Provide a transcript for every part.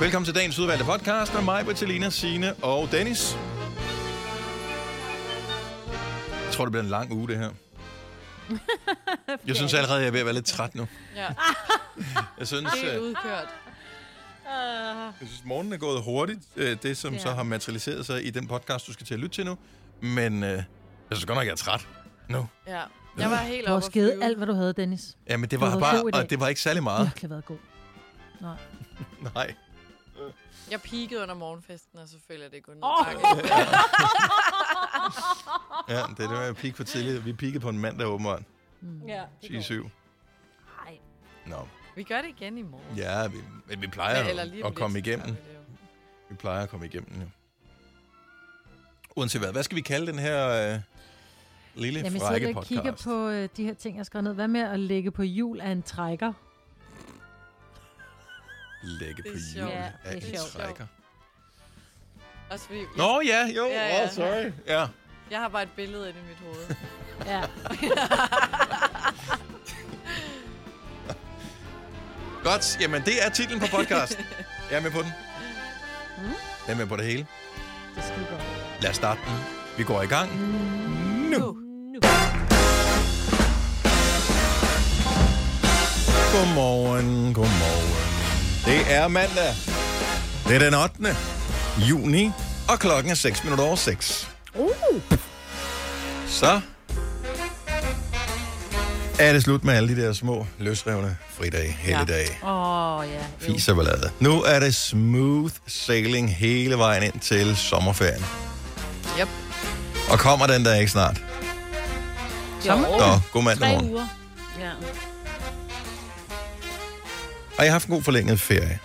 Velkommen til dagens udvalgte podcast med mig, Bertilina, Sine og Dennis. Jeg tror, det bliver en lang uge, det her. Jeg synes allerede, jeg er ved at være lidt træt nu. Ja. Jeg synes, Helt øh, udkørt. jeg synes morgenen er gået hurtigt, øh, det som Ja. så har materialiseret sig i den podcast, du skal til at lytte til nu. Men øh, jeg synes godt nok, jeg er træt nu. Ja. Jeg var helt Du har oppe at flyve. skædet alt, hvad du havde, Dennis. Ja, men det Du var havde god i bare, dag. og det var ikke særlig Ja. meget. Virkelig været god. Nej. Jeg peakede under morgenfesten, og så føler jeg det kun Åh! oh. Ja, det er det, jeg peak for tidligt. Vi peakede på en mandag åbenbart. Mm. Ja, 10-7. Ej. Nå, Vi gør det igen i morgen. ja, vi, men vi plejer Ja, eller lige at, om at komme lidt, så gør igennem. vi det jo. Vi plejer at komme igennem, jo. Uanset hvad, hvad skal vi kalde den her øh, lille Jamen, jeg frække sidder og podcast? kigger på øh, de her ting, jeg har skrevet ned. Hvad med at lægge på jul af en trækker? Lægge Det på er jul sjovt. Ja, af det er en sjovt. trækker. Også fordi, jeg, Nå ja, jo, Ja, ja. Oh, sorry. Ja. jeg har bare et billede inde i mit hoved. Ja. Godt, jamen det er titlen på podcast. Jeg er med på den. Mm. Jeg er med på det hele. Det skal godt. Lad os starte den. Vi går i gang. Uh, Nu. Godmorgen, godmorgen. Det er mandag. Det er den 8. juni, og klokken er 6 minutter over 6. Uh. Så er det slut med alle de der små løsrevne fridage, helligdage, ja. Åh, ja. jo. fiser ballade. Nu er det smooth sailing hele vejen ind til sommerferien. Yep. Og kommer den der ikke snart? Sommer? Nå, god mandag Tre morgen. uger. Ja. Har I haft en god forlænget ferie?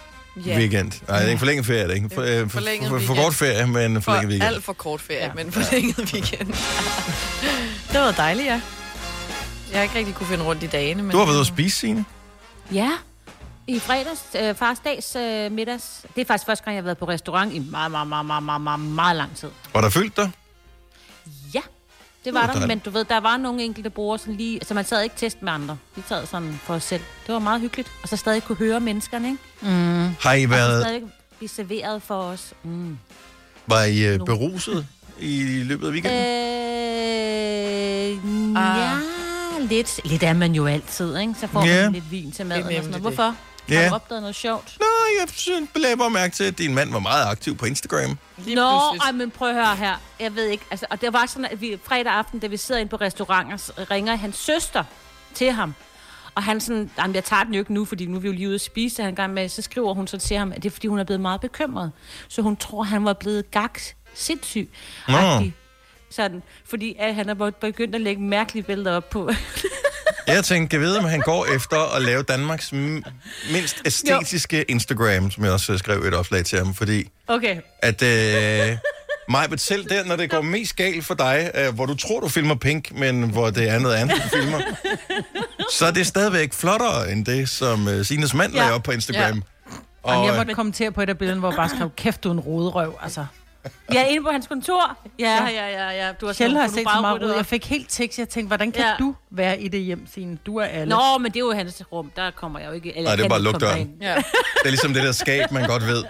Ja. Weekend. Nej, det er ikke forlænget ferie, det er ikke. For, øh, for, Forlænget for, for weekend. kort ferie, men For forlænget weekend. alt for kort ferie, ja. men forlænget weekend. Det var dejligt, ja. Jeg har ikke rigtig kunne finde rundt i dagene. Men Du har været ude at spise, Signe. Ja. I fredags, øh, fars dags øh, middags. Det er faktisk første gang, jeg har været på restaurant i meget, meget, meget, meget, meget, meget, meget lang tid. Var der fyldt dig? Ja, det var Nå, der. dejligt. Men du ved, der var nogle enkelte brugere, sådan lige, så man sad ikke test med andre. Vi sad sådan for os selv. Det var meget hyggeligt. Og så stadig kunne høre menneskerne, ikke? Har I Og så været stadig blive serveret for os. Mm. var I, øh, beruset i løbet af Øh, weekenden? ja, lidt. Lidt er man jo altid, ikke? Så får Ja. man lidt vin til maden Det er og sådan noget. nemlig det. Hvorfor? Ja. Har du opdaget noget sjovt? Nå, jeg synes, lagde bare mærke til, at din mand var meget aktiv på Instagram. lige Nå, pludselig- ej, men prøv at høre her. Jeg ved ikke, altså, og det var sådan, at vi fredag aften, da vi sidder inde på restauranter, så ringer hans søster til ham. Og han sådan, jamen jeg tager den jo ikke nu, fordi nu er vi jo lige ude at spise, så han er i gang med, så skriver hun så til ham, at det er fordi, hun er blevet meget bekymret. Så hun tror, han var blevet gaks sindssyg. Nå. Sådan, fordi at han er begyndt at lægge mærkelige billeder op på. Jeg tænkte, jeg ved, om han går efter at lave Danmarks m- mindst æstetiske Instagram, som jeg også øh, skrev et opslag til ham, fordi Okay. at... Øh, Maj, men selv der, når det går mest galt for dig, øh, hvor du tror, du filmer pink, men hvor det er noget andet, du filmer, så er det stadigvæk flottere end det, som øh, Sines mand ja. Ja. lagde op på Instagram. Ja. Og, Jamen, jeg øh, måtte kommentere på et af billederne, hvor jeg bare skrev, kæft, du er en roderøv, altså. Jeg er inde på hans kontor. Ja, ja, ja, ja. Du har Sjældent har jeg sådan- set du så bare meget ryddet rod. op. Jeg fik helt tekst, jeg tænkte, hvordan kan Ja. du være i det hjem, Signe? Du er alle. Nå, men det er jo hans rum. Der kommer jeg jo ikke. Eller Nej, det er kan bare ikke luk komme døren. derind. Ja, Det er ligesom det der skab, man godt ved.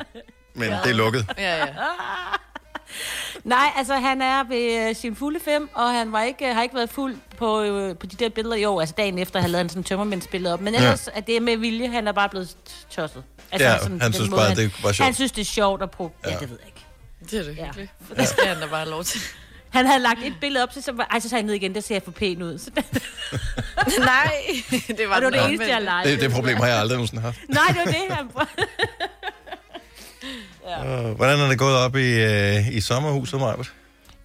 Men ja. det er lukket. ja, ja. Nej, altså han er ved øh, sin fulde fem, og han var ikke, øh, har ikke været fuld på, øh, på de der billeder i år. Altså dagen efter, han lavede han sådan tømmermændsbillede op. Men ellers ja. er det med vilje, han er bare blevet tosset. Altså, Ja, han den synes bare, han, det var sjovt. Han synes, det er sjovt at prøve. Ja. ja, det ved jeg ikke. Det er det Ja. hyggeligt. Ja. Det skal han da bare have lov til. Han havde lagt et billede op, så, så, var, ej, så sagde han ned igen, der ser jeg for pæn ud. Så, det, Nej, det var og det var den det eneste, jeg omvendte. legede. Det, det problem har jeg aldrig nogensinde haft. Nej, det var det, han prøvede. Øh, Hvordan er det gået op i, øh, i sommerhuset, Majbert?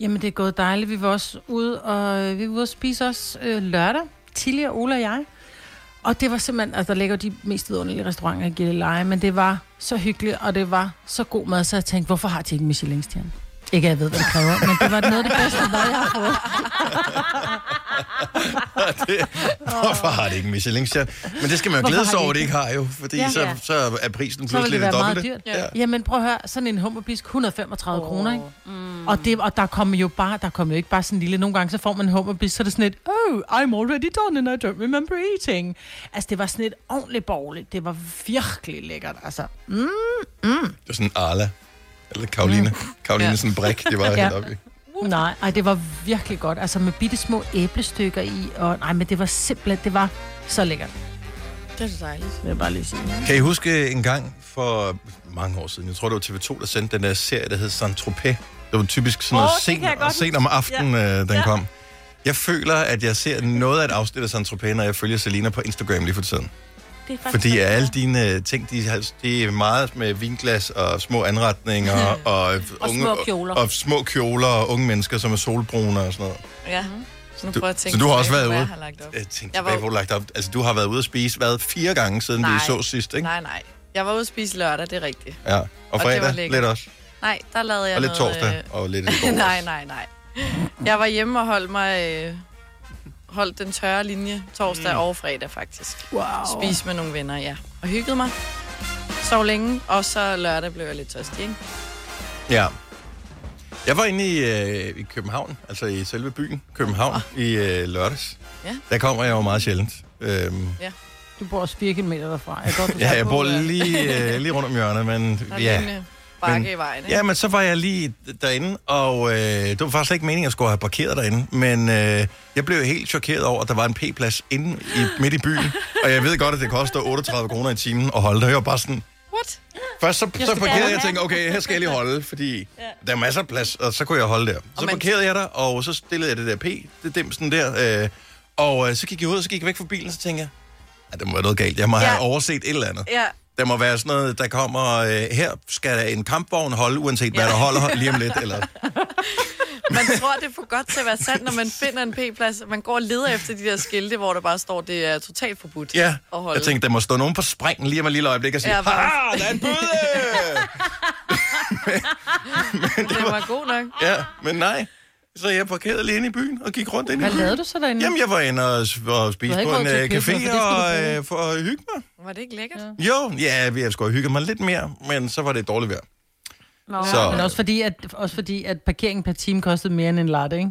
Jamen, det er gået dejligt. Vi var også ude og, øh, vi var ude at spise os øh, lørdag. Tilly og Ola og jeg. Og det var simpelthen, altså der ligger jo de mest vidunderlige restauranter i Gilleleje, men det var så hyggeligt, og det var så god mad, så jeg tænkte, hvorfor har de ikke Michelin-stjerne? Ikke, at jeg ved, hvad det kræver, men det var noget af det bedste, hvad jeg har fået. det, hvorfor har det ikke en Michelin-stjerne? Men det skal man jo Hvorfor glæde har sig de over, det ikke ikke har jo, fordi Ja. ja, så, Ja. så er prisen Så ville pludselig det det være meget dobbelte. dyrt. Ja. Jamen prøv at høre, sådan en hummerbisk, 135 oh. kroner, ikke? Mm. Og, det, og der kommer jo bare, der kommer jo ikke bare sådan en lille, nogle gange så får man en hummerbisk, så er det sådan et, oh, I'm already done and I don't remember eating. Altså det var sådan et ordentligt borgerligt, det var virkelig lækkert, altså. Mm. Det var sådan Arla, eller Karoline. Karoline ja. sådan en brik, det var ja. helt oppe i. Nej, ej, det var virkelig godt, altså med bitte små æblestykker i, og nej, men det var simpelthen, det var så lækkert. Det er så dejligt. Det vil jeg bare lige sige. Kan I huske en gang for mange år siden, jeg tror det var TV2, der sendte den der serie, der hed Saint-Tropez. Det var typisk sådan noget Åh, oh, det sent, kan jeg og godt sent om aftenen, ja. øh, den ja. kom. Jeg føler, at jeg ser noget af et afsnit af Saint-Tropez, når jeg følger Selina på Instagram lige for tiden. Det er faktisk Fordi rigtig alle godt. dine øh, ting, de, har- de er meget med vinglas og små anretninger og, øh, Og små kjoler. Og, og små kjoler og unge mennesker, som er solbrune og sådan noget. Ja. Mhm. Så nu Du- prøver jeg at så tænke du har tilbage også på, været ude? Øh, hvad Jeg har lagt op. Jeg tænkte Jeg tilbage, var- hvor du lagt op. Altså, du har været ude at spise, hvad, fire gange siden vi Nej. så sidst, ikke? Nej, nej. Jeg var ude at spise lørdag, det er rigtigt. Ja. Og det var fredag lækkert. lidt også. Nej, der lavede jeg Og lidt noget, torsdag, øh, og lidt i går. nej, også. nej, nej. Jeg var hjemme og holdt mig... Øh, holdt den tørre linje torsdag mm. og fredag, faktisk. Wow. Spise med nogle venner, ja. Og hyggede mig. Sov længe, og så lørdag blev jeg lidt tørstig, ikke? Ja. Jeg var inde i, øh, i København, altså i selve byen København, i øh, lørdags. Ja. Der kommer jeg jo meget sjældent. Øhm, Du bor også 4 km derfra. Jeg, godt, ja, jeg bor lige, øh, lige rundt om hjørnet, men Der er ja. ja. bakke i vejen, ikke? Ja, men så var jeg lige derinde, og øh, det var faktisk ikke meningen, at jeg skulle have parkeret derinde, men øh, jeg blev helt chokeret over, at der var en p-plads inde i, midt i byen, og jeg ved godt, at det koster 38 kroner i timen at holde der. Jeg var bare sådan, What? først så, så parkerede jeg have. og tænkte, okay, her skal jeg lige holde, fordi der er masser af plads, og så kunne jeg holde der. Så man- parkerede jeg der, og så stillede jeg det der p, det dimsen der, øh, og øh, så gik jeg ud, og så gik jeg væk fra bilen, og så tænkte jeg, at der må være noget galt, jeg må have Ja. overset et eller andet. Ja, Der må være sådan noget, der kommer, øh, her skal en kampvogn holde, uanset hvad Ja. der holder lige om lidt. Eller, man tror, det er for godt til at være sandt, når man finder en p-plads. Man går og leder efter de der skilte, hvor der bare står, det er totalt forbudt ja, at holde. jeg tænkte, der må stå nogen på springen lige om et lille øjeblik og sige, Ja, ja, bare- ha, der er en bøde! det var god nok. ja, men nej. Så jeg parkerede lige inde i byen og gik rundt ind i Hvad byen. lavede du så derinde? Jamen, jeg var inde og, s- og spise Du havde på ikke en råd til øh, at købe noget, for det café skulle du og, bruge. øh, for at hygge mig. Var det ikke lækkert? Ja. Jo, ja, vi- jeg skulle have hygget mig lidt mere, men så var det dårligt vejr. Nå. så- Men også fordi, at, også fordi, at parkeringen per time kostede mere end en latte, ikke?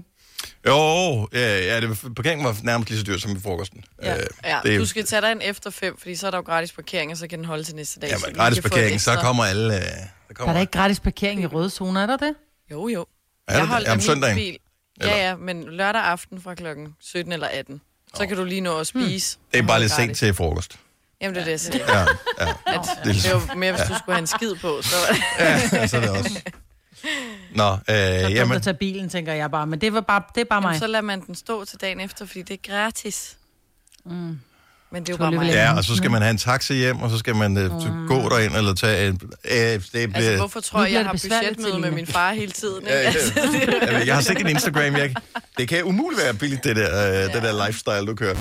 Jo, ja, ja det, var- parkeringen var nærmest lige så dyr som i frokosten. Ja, øh, Ja, det, du skal tage dig en efter fem, fordi så er der jo gratis parkering, og så kan den holde til næste dag. så vi Jamen, kan gratis få et parkering, ekstra- så kommer alle... Øh, der Der kommer er da ikke gratis parkering i røde zoner, er der det? Jo, jo. Er det det? holdt Ja, om af min søndagen? Bil. Eller? Ja, ja, men lørdag aften fra klokken 17 eller 18. Så kan du lige nå at spise. Det er bare lidt sent Gratis. til frokost. Jamen, det er det, jeg siger. Ja, ja. At, Det er ligesom- det var mere, hvis du skulle have en skid på. Så var det. ja, så er det også. Nå, Så øh, dumt jamen, at tage bilen, tænker jeg bare. Men det, var bare, det er bare Jamen, mig. så lader man den stå til dagen efter, fordi det er gratis. Mm. Men det er jo Tror bare lige, mig. vi ja, og så skal man have en taxi hjem, og så skal man øh, gå derind eller tage en... Øh, det Altså, bliver, hvorfor tror Nu jeg, bliver jeg det har besværligt, budgetmøde med Selina. min far hele tiden? Ikke? Ja, ja. Altså, det er- jeg, jeg har set din Instagram, jeg, det kan umuligt være billigt, det der, øh, det der lifestyle, du kører.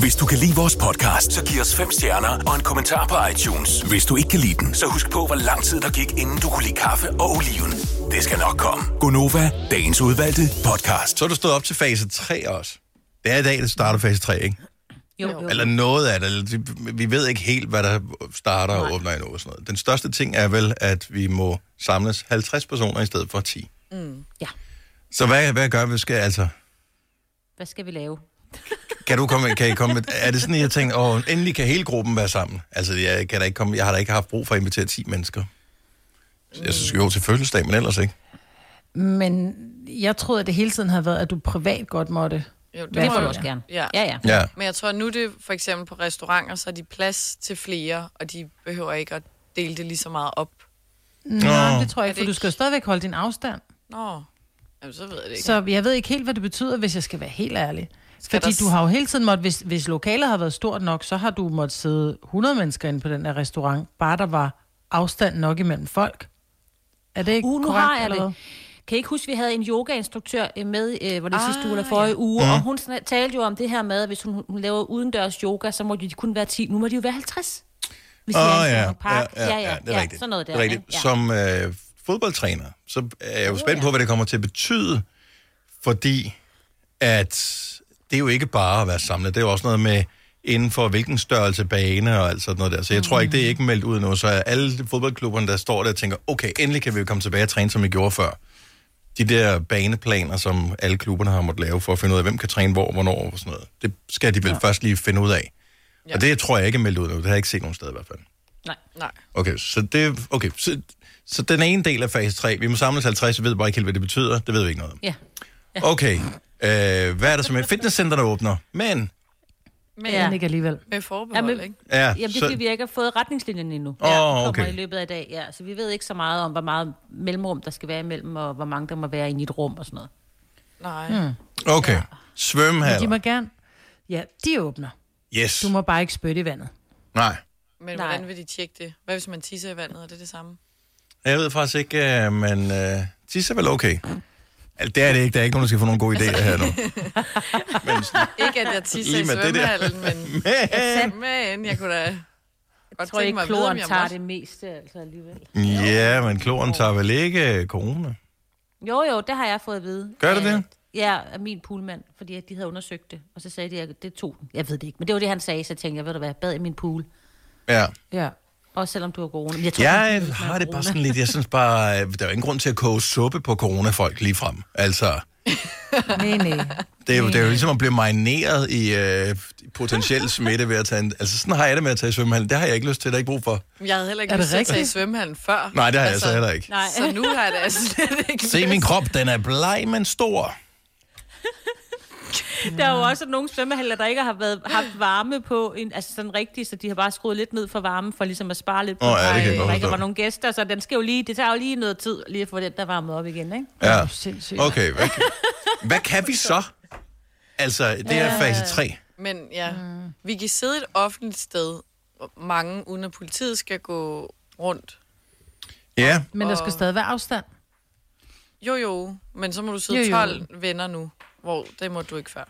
Hvis du kan lide vores podcast, så giv os fem stjerner og en kommentar på iTunes. Hvis du ikke kan lide den, så husk på, hvor lang tid der gik, inden du kunne lide kaffe og oliven. Det skal nok komme. Gonova, dagens udvalgte podcast. Så er du stået op til fase 3 også. Det er i dag, det starter fase 3, ikke? Jo, jo. Eller noget af det. Eller de- Vi ved ikke helt, hvad der starter og åbner endnu. Og sådan noget. Den største ting er vel, at vi må samles 50 personer i stedet for 10. Ja. Så hvad, hvad gør vi? Skal, altså, Hvad skal vi lave? kan du komme, kan I komme med, er det sådan, at jeg tænker, åh, endelig kan hele gruppen være sammen? Altså, jeg, kan da ikke komme, jeg har da ikke haft brug for at invitere 10 mennesker. Jeg synes jo til fødselsdag, men ellers ikke. Men jeg troede, at det hele tiden havde været, at du privat godt måtte. Jo, det Hvad Det må får for du jeg. også gerne. Ja. Ja, ja. Ja. Men jeg tror, nu er det for eksempel på restauranter, så er de plads til flere, og de behøver ikke at dele det lige så meget op. Nej, det tror Er jeg det ikke, for du ikke- skal jo stadigvæk holde din afstand. Nå, Jamen, så ved jeg det ikke. Så jeg ved ikke helt, hvad det betyder, hvis jeg skal være helt ærlig. Skal Fordi der s- du har jo hele tiden måttet, hvis, hvis lokalet har været stort nok, så har du måttet sidde 100 mennesker inde på den her restaurant, bare der var afstand nok imellem folk. Er det ikke Uh, nu korrekt, har jeg eller det. hvad? Kan I ikke huske, at vi havde en yogainstruktør øh, med, øh, hvor det ah, sidste uge eller Ah, forrige ja. uge, mm. og hun snak- talte jo om det her med, at hvis hun, hun laver udendørs yoga, så må de kun være 10. Nu må de jo være 50. Hvis de er i Skanderborg Park. Ah, ja, ja, ja, det er rigtigt. Sådan noget der. det er rigtigt. ikke? Ja. Som øh, fodboldtræner, så er jeg jo spændt på, hvad det kommer til at betyde, fordi at det er jo ikke bare at være samlet, det er jo også noget med inden for hvilken størrelse bane og alt sådan noget der. Så jeg tror ikke, det er ikke meldt ud nu. Så er alle fodboldklubberne, der står der og tænker, okay, endelig kan vi jo komme tilbage og træne, som vi gjorde før. De der baneplaner, som alle klubberne har måttet lave for at finde ud af, hvem kan træne hvor, hvornår og sådan noget. Det skal de vel ja. først lige finde ud af. Ja. Og det tror jeg ikke er meldt ud nu. Det har jeg ikke set nogen steder i hvert fald. Nej. Nej. Okay, så, det, okay, så, så den ene del af fase 3, vi må samles 50, vi ved bare ikke helt, hvad det betyder. Det ved vi ikke noget om. Ja. Okay, øh, hvad er der så med fitnesscenterne åbner? Men, Men Ja. ja. Men ikke alligevel. med forbehold, Ja, men- ikke? ja, Jamen, det er, så, fordi vi ikke har fået retningslinjen endnu. Åh, ja, den kommer okay. i løbet af i dag, ja. Så vi ved ikke så meget om, hvor meget mellemrum, der skal være imellem, og hvor mange, der må være inde i et rum og sådan noget. Nej. Mm. okay. De må Svømmehaller. gerne... Ja, de åbner. Yes. Du må bare ikke spytte i vandet. Nej. Men Nej. hvordan vil de tjekke det? Hvad hvis man tisser i vandet? Er det det samme? Jeg ved faktisk ikke, øh, men øh, tisse er vel okay. Altså, det er det ikke. Der er ikke nogen, der skal få nogle gode idéer her nu. Men, Ikke, at jeg tisser Lige i med det der. svømmehallen, men, men, men jeg kunne da Jeg godt tror tænke mig ikke, at vide, om kloren jeg tager måtte. det meste altså alligevel. ja, men kloren tager vel ikke øh, corona? Jo, jo, det har jeg fået at vide. Gør det Af- det? Ja, af min poolmand, fordi at de havde undersøgt det. Og så sagde de, at det tog den. Jeg ved det ikke, men det var det, han sagde. Så tænkte jeg, ved du hvad, bad i min pool. Ja. Ja. Også selvom du har corona. Men Jeg, tror, Jeg ikke, hvis man har det corona. bare sådan lidt, jeg synes bare, øh, der er jo ingen grund til at koge suppe på coronafolk lige frem. Altså, Nej, nej. det er, jo, det er jo ligesom at blive marineret i øh, potentiel smitte ved at tage en... Altså, sådan har jeg det med at tage i svømmehallen. Det har jeg ikke lyst til, det har jeg ikke brug for. Jeg havde heller ikke Er det lyst til at tage i rigtigt? svømmehallen før. Nej, det har jeg altså heller ikke. Nej. Så nu har jeg det altså slet ikke Se min krop, den er bleg, men stor. Der er jo også nogle svømmehaller, der ikke har været, haft varme på, en, altså sådan rigtigt, så de har bare skruet lidt ned for varmen, for ligesom at spare lidt på, Åh, ja, det kan jeg varmen, godt der ikke forstå. var nogen gæster, så den skal jo lige, det tager jo lige noget tid, lige at få den der varmet op igen, ikke? Ja. Sindssygt. Okay, hvad, hvad kan vi så? Altså, det er fase 3. Men ja, mm. vi kan sidde et offentligt sted, hvor mange uden at politiet skal gå rundt. Ja, Men der skal stadig være afstand. Jo jo, men så må du sidde Jo, jo. 12 venner nu, hvor det må du ikke før.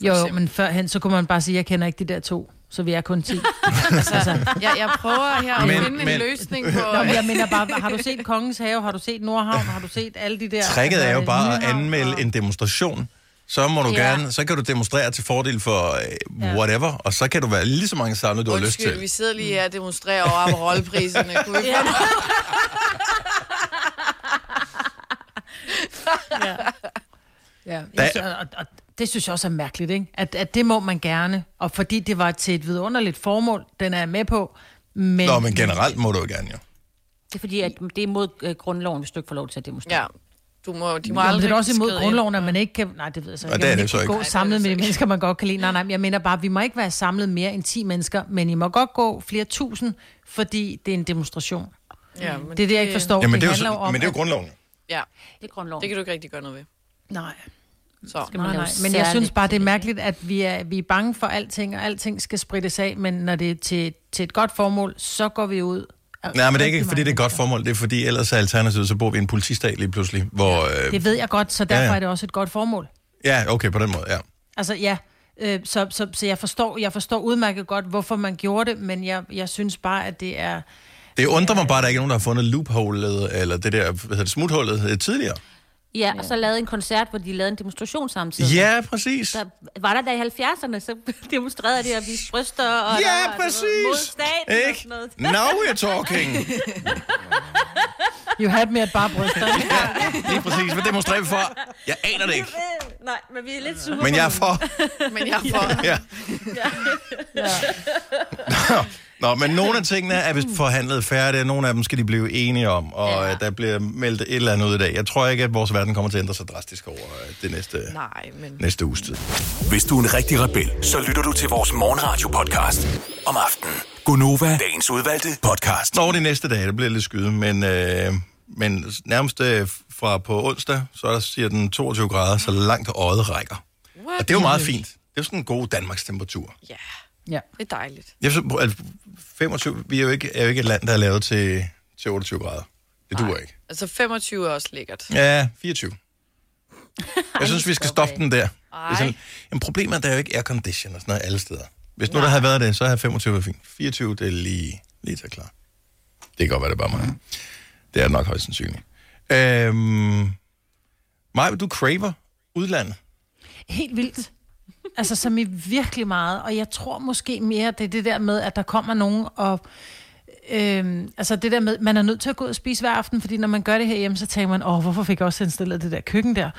Jo, jo, eksempel. men førhen, så kunne man bare sige, jeg kender ikke de der to, så vi er kun 10. altså, Jeg, jeg prøver her at Men- finde men- en løsning på... Nå, men jeg mener bare, har du set Kongens Have, har du set Nordhavn, har du set alle de der... tricket er jo altså, bare at Nyhavn anmelde og- en demonstration. Så må du Ja. gerne, så kan du demonstrere til fordel for øh, whatever, og så kan du være lige så mange samlet, du har lyst Undskyld, vi til. sidder lige her og demonstrerer over Amarol-priserne. Kunne vi ja. Ja, Der- jeg synes, og, og det synes jeg også er mærkeligt, ikke? At, at det må man gerne, og fordi det var til et vidunderligt formål, den er jeg med på, men... Nå, men generelt må du jo gerne, jo. Det er fordi, at det er mod øh, grundloven, hvis du ikke får lov til at demonstrere. ja. Du må, de må Jo, men aldrig det er også imod skride grundloven, at man ikke kan... Nej, det ved jeg så Og ikke. det er at man det så kan ikke. Gå Nej, det er samlet det så med de ikke. mennesker, man godt kan lide. Nej, nej, men jeg mener bare, vi må ikke være samlet mere end 10 mennesker, men I må godt gå flere tusind, fordi det er en demonstration. ind. Ja, men Det er det, jeg ikke forstår. Jamen, det er jo, handler så- men det er jo grundloven. Ja, Det er grundloven. det kan du ikke rigtig gøre noget ved. at, Nej, Så. man nej, lave nej. Men jeg synes særligt bare, det er til det, mærkeligt, at vi er, vi er bange for alting, og alting skal sprittes af, men når det er til, til et godt formål, så går vi ud. Nej, men det er ikke, fordi det er et godt formål. Det er fordi, ellers er alternativet, så bor vi i en politistat lige pludselig. Hvor, øh, Det ved jeg godt, så Ja, derfor ja. er det også et godt formål. ja, okay, på den måde, ja. Altså ja, øh, så, så, så jeg, forstår, jeg forstår udmærket godt, hvorfor man gjorde det, men jeg, jeg synes bare, at det er... Det undrer mig bare, at der ikke er nogen, der har fundet loopholet, eller det der hvad hedder det, smuthullet øh, tidligere. Ja, og så lavede en koncert, hvor de lavede en demonstration samtidig. Ja, præcis. Der var der da i 70'erne, så demonstrerede de at vise bryster. Og der var, Ja, du ved, Mod præcis. staten og Ikke? sådan noget. Now we're talking. You had me at bare bryster. Lige præcis. Hvad demonstrerer vi for? Jeg aner det ikke. Øh, Nej, men vi er lidt sure. Men på jeg er den. for. Men jeg får... Ja. Nå, Nå, men nogle af tingene er vist forhandlet færdigt, nogle af dem skal de blive enige om, og Ja. ja. der bliver meldt et eller andet ud i dag. Jeg tror ikke, at vores verden kommer til at ændre sig drastisk over øh, det næste, Nej, men... næste uges tid. Hvis du er en rigtig rebel, så lytter du til vores morgenradio-podcast om aftenen. Gunova, dagens udvalgte podcast. Over de næste dage, der bliver lidt skyde, men, øh, men nærmest øh, fra på onsdag, så er der siger den 22 grader, så langt øjet rækker. What? Og det er jo meget fint. Det er jo sådan en god Danmarks temperatur. Ja, ja. det er dejligt. Jeg så, altså, 25, vi er jo, ikke, er jo ikke et land, der er lavet til, til 28 grader. Det duer ikke. Altså 25 er også lækkert. Ja, 24. Jeg synes, vi skal stoppe den der. Det er sådan, jamen, problemet er, at der er jo ikke aircondition og sådan noget alle steder. Hvis nu der havde været det, så havde 25 været fint. 24, det er lige, lige til klar. Det kan godt være, det er bare mig. Det er det nok højst sandsynligt. Øhm, Maja, du craver udlandet. Helt vildt. Altså, som i virkelig meget. Og jeg tror måske mere, det er det der med, at der kommer nogen og... Øhm, altså det der med, man er nødt til at gå ud og spise hver aften, fordi når man gør det herhjemme, så tænker man, åh, hvorfor fik jeg også installeret det der køkken der?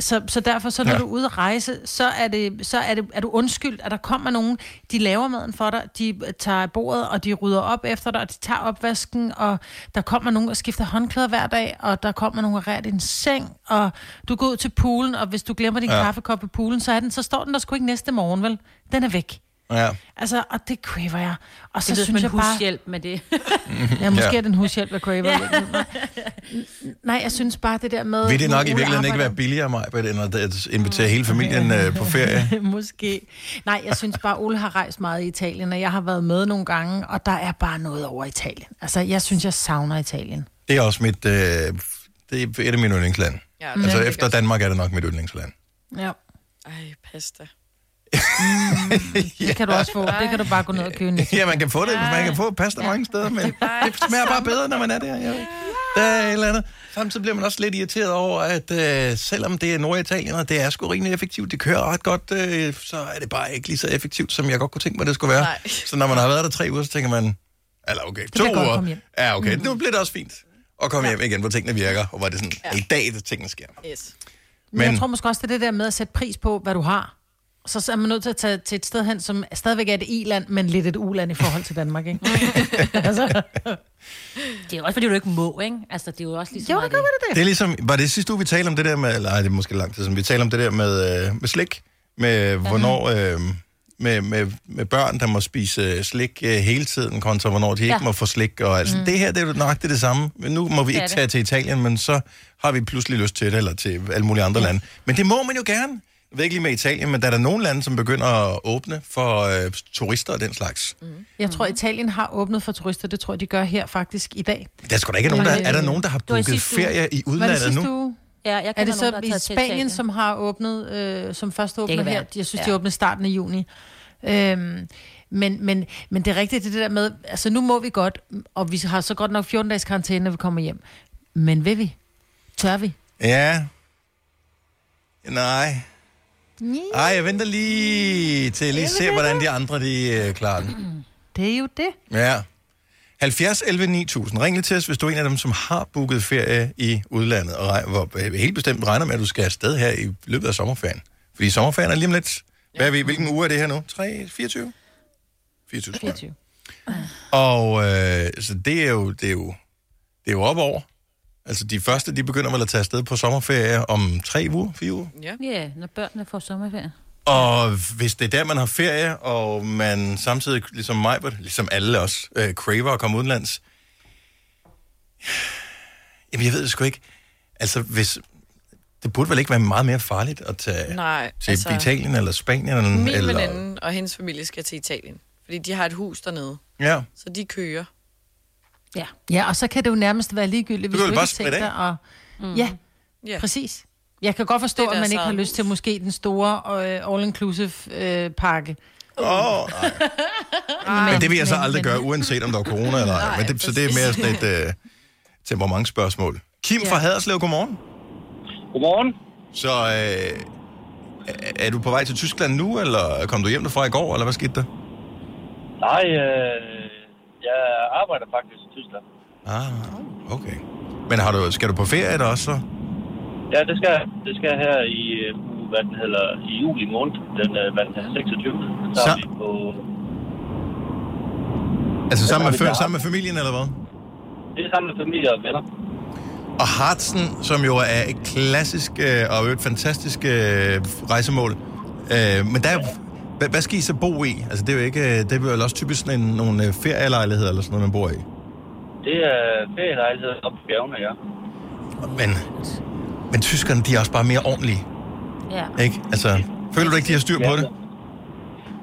Så, så derfor, så når Ja. ja. du er ude at rejse, så er, det, så er, det, er du undskyldt, at der kommer nogen, de laver maden for dig, de øh, tager bordet, og de rydder op efter dig, og de tager opvasken, og der kommer nogen og skifter håndklæder hver dag, og der kommer nogen og rærer din seng, og du går ud til poolen, og hvis du glemmer din Ja. ja. kaffekop i poolen, så, er den, så står den der sgu ikke næste morgen, vel? Den er væk. Ja. Altså, og det craver jeg. Og så Det lyder som synes en jeg bare... hushjælp med det. Ja, måske Ja. ja. er den hushjælp, der craver. Ja. Nej, jeg synes bare det der med... Vil det nu nok i Ole virkeligheden ikke arbejder- være billigere, Maja, end at invitere hele familien øh, på ferie? Måske. Nej, jeg synes bare, Ole har rejst meget i Italien, og jeg har været med nogle gange, og der er bare noget over Italien. Altså, jeg synes, jeg savner Italien. Det er også mit... Øh, det er et af mine yndlingslande. Ja, Mm. det altså er efter lækkert. Danmark er det nok mit yndlingsland. Ja. Ej, pasta. Det kan du også få. Det kan du bare gå ned og købe en Ja, man kan få det. Man kan få pasta mange steder, men det smager bare bedre, når man er der. Ja. Der er et eller andet. Samtidig bliver man også lidt irriteret over, at øh, selvom det er Norditalien, og det er sgu rimelig effektivt, det kører ret godt, øh, så er det bare ikke lige så effektivt, som jeg godt kunne tænke mig, det skulle være. Nej. Så når man har været der tre uger, så tænker man, eller okay, bliver to godt at uger. komme hjem. Ja, okay, nu bliver det også fint at komme hjem igen, hvor tingene virker, og hvor det er sådan, i dag, det tingene sker. Yes. Men jeg tror måske også, det er det der med at sætte pris på, hvad du har. Så, så er man nødt til at tage til et sted hen, som stadigvæk er et i-land, men lidt et u-land i forhold til Danmark, ikke? altså, Det er jo også, fordi du ikke må, ikke? Altså, det er jo også ligesom... jo, det kan være det Det er ligesom, var det sidste uge, vi talte om det der med, eller ej, det er måske lang tid siden, vi talte om det der med, øh, med slik, med hvornår, øh, med, med, med børn, der må spise øh, slik øh, hele tiden, kontra hvornår de ikke Ja. må få slik, og altså, mm. det her, det er jo nok det, det samme. Men nu må vi ikke er det. tage til Italien, men så har vi pludselig lyst til det, eller til alle mulige andre lande. Men det må man jo gerne. Jeg ved ikke lige med Italien, men der er der nogle lande, som begynder at åbne for øh, turister og den slags. Mm. Jeg tror, Italien har åbnet for turister. Det tror jeg, de gør her faktisk i dag. Der er sgu da ikke nogen, der, Øh, er der nogen, der har var i booket sidste uge. ferie i Var det udlandet sidste nu? uge? Ja, jeg Er kender det nogen, så der har i taget til Italien. Spanien, som har åbnet, øh, som først åbner kan her? være. Jeg synes, Ja. ja. de åbnede starten af juni. Øhm, men, men, men det er rigtigt, det der med, altså nu må vi godt, og vi har så godt nok 14 dages karantæne, når vi kommer hjem. Men vil vi? Tør vi? Ja. Nej. Ej, jeg venter lige til at lige se, hvordan de andre de øh, klarer den. Det er jo det. Ja. 70 11 9000. Ring lige til os, hvis du er en af dem, som har booket ferie i udlandet, og reg- hvor øh, helt bestemt regner med, at du skal afsted her i løbet af sommerferien. Fordi sommerferien er lige om lidt. Hvad er vi, hvilken uge er det her nu? 3, 24? 24, tror jeg. 24. Og øh, så det er jo, det er jo, det er jo op over. Altså de første, de begynder vel at tage afsted på sommerferie om tre uger, fire uger. Ja, når børnene får sommerferie. Og hvis det er der, man har ferie, og man samtidig, ligesom mig, ligesom alle os, øh, craver at komme udenlands. Jamen, jeg ved det sgu ikke. Altså, hvis... Det burde vel ikke være meget mere farligt at tage Nej, til altså- Italien eller Spanien? Eller, Min eller, veninde og hendes familie skal til Italien, fordi de har et hus dernede, Ja. så de kører. Ja. Ja, og så kan det jo nærmest være ligegyldigt, Du kan hvis du vel ikke bare tænker spritte dig at... Mm. Ja, Ja. præcis. Jeg kan godt forstå, Det er at man deres ikke har eget lyst til måske den store øh, all-inclusive-pakke. Åh, nej. Men det vil jeg så aldrig gøre, uanset om der er corona eller ej. Men det, så det er mere sådan et øh, temperamentsspørgsmål. Kim fra Haderslev, godmorgen. Godmorgen. Så øh, er- er du på vej til Tyskland nu, eller kom du hjem derfra i går, eller hvad skete der? Nej, øh, jeg arbejder faktisk i Tyskland. Ah, okay. Men har du, skal du på ferie der også? så? Ja, det skal jeg- det skal jeg her i, øh, uge, hvad den hedder, i juli måned, den, øh, hvad den hedder, 26. Så Så- er vi på, Altså sammen med, har vi der. fø- sammen med familien, eller hvad? det er sammen med familie og venner. Og Harzen, som jo er et klassisk øh, og et fantastisk øh, rejsemål. Øh, men der er, hvad, hvad skal I så bo i? Altså det er jo ikke, øh, det er vel også typisk sådan en, nogle øh, ferielejligheder eller sådan noget, man bor i. Det er ferielejlighed op i bjergene, ja. Men, men tyskerne, de er også bare mere ordentlige, Ja. ikke? Altså, føler du ikke, de har styr på det?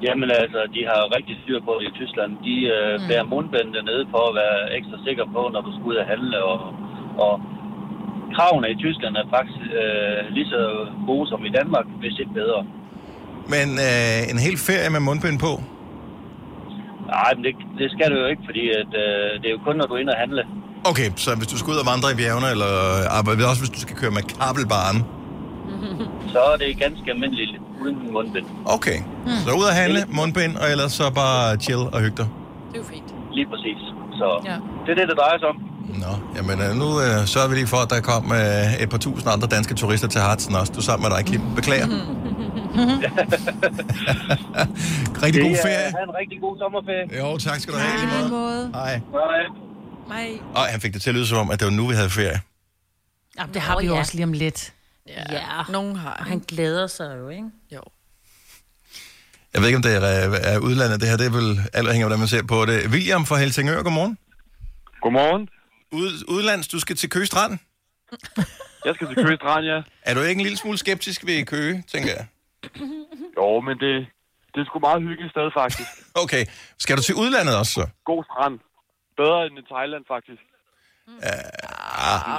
Jamen altså, de har rigtig styr på det i Tyskland. De øh, bærer mundbind dernede for at være ekstra sikker på, når du skal ud og handle. Og, og kravene i Tyskland er faktisk øh, lige så gode som i Danmark, hvis ikke bedre. Men øh, en hel ferie med mundbind på? Nej, men det, det skal du jo ikke, fordi at, øh, det er jo kun, når du er inde og handle. Okay, så hvis du skal ud og vandre i bjergene, eller arbejde, også hvis du skal køre med kabelbaren. Så er det ganske almindeligt uden mundbind. Okay, så ud og handle, mundbind, og ellers så bare chill og hygge dig. Det er jo fint. Lige præcis. Så Ja. ja. det er det, det drejer sig om. Nå, jamen øh, nu øh, sørger vi lige for, at der kom øh, et par tusind andre danske turister til Hartsen også. Du er sammen med dig, Kim. Beklager. Rigtig god Det er- ferie. Ha' en rigtig god sommerferie. Jo, tak skal du have. i lige På en måde. måde. Hej. Hej. Nej. Og han fik det til at lyde som om, at det var nu, vi havde ferie. Jamen, det har vi jo også lige om lidt. Ja. Ja. Nogen har. Og han glæder sig jo, ikke? Jo. Jeg ved ikke, om det er, øh, er udlandet, det her. Det er vel alt afhængig af, hvordan man ser på det. William fra Helsingør, godmorgen. Godmorgen. Ud, udlands, du skal til Køge Strand. Jeg skal til Køge Strand, ja. Er du ikke en lille smule skeptisk ved Køge, tænker jeg? Jo, men det, det er sgu meget hyggeligt sted, faktisk. Okay. Skal du til udlandet også, så? God strand. Bedre end i Thailand, faktisk. Ja.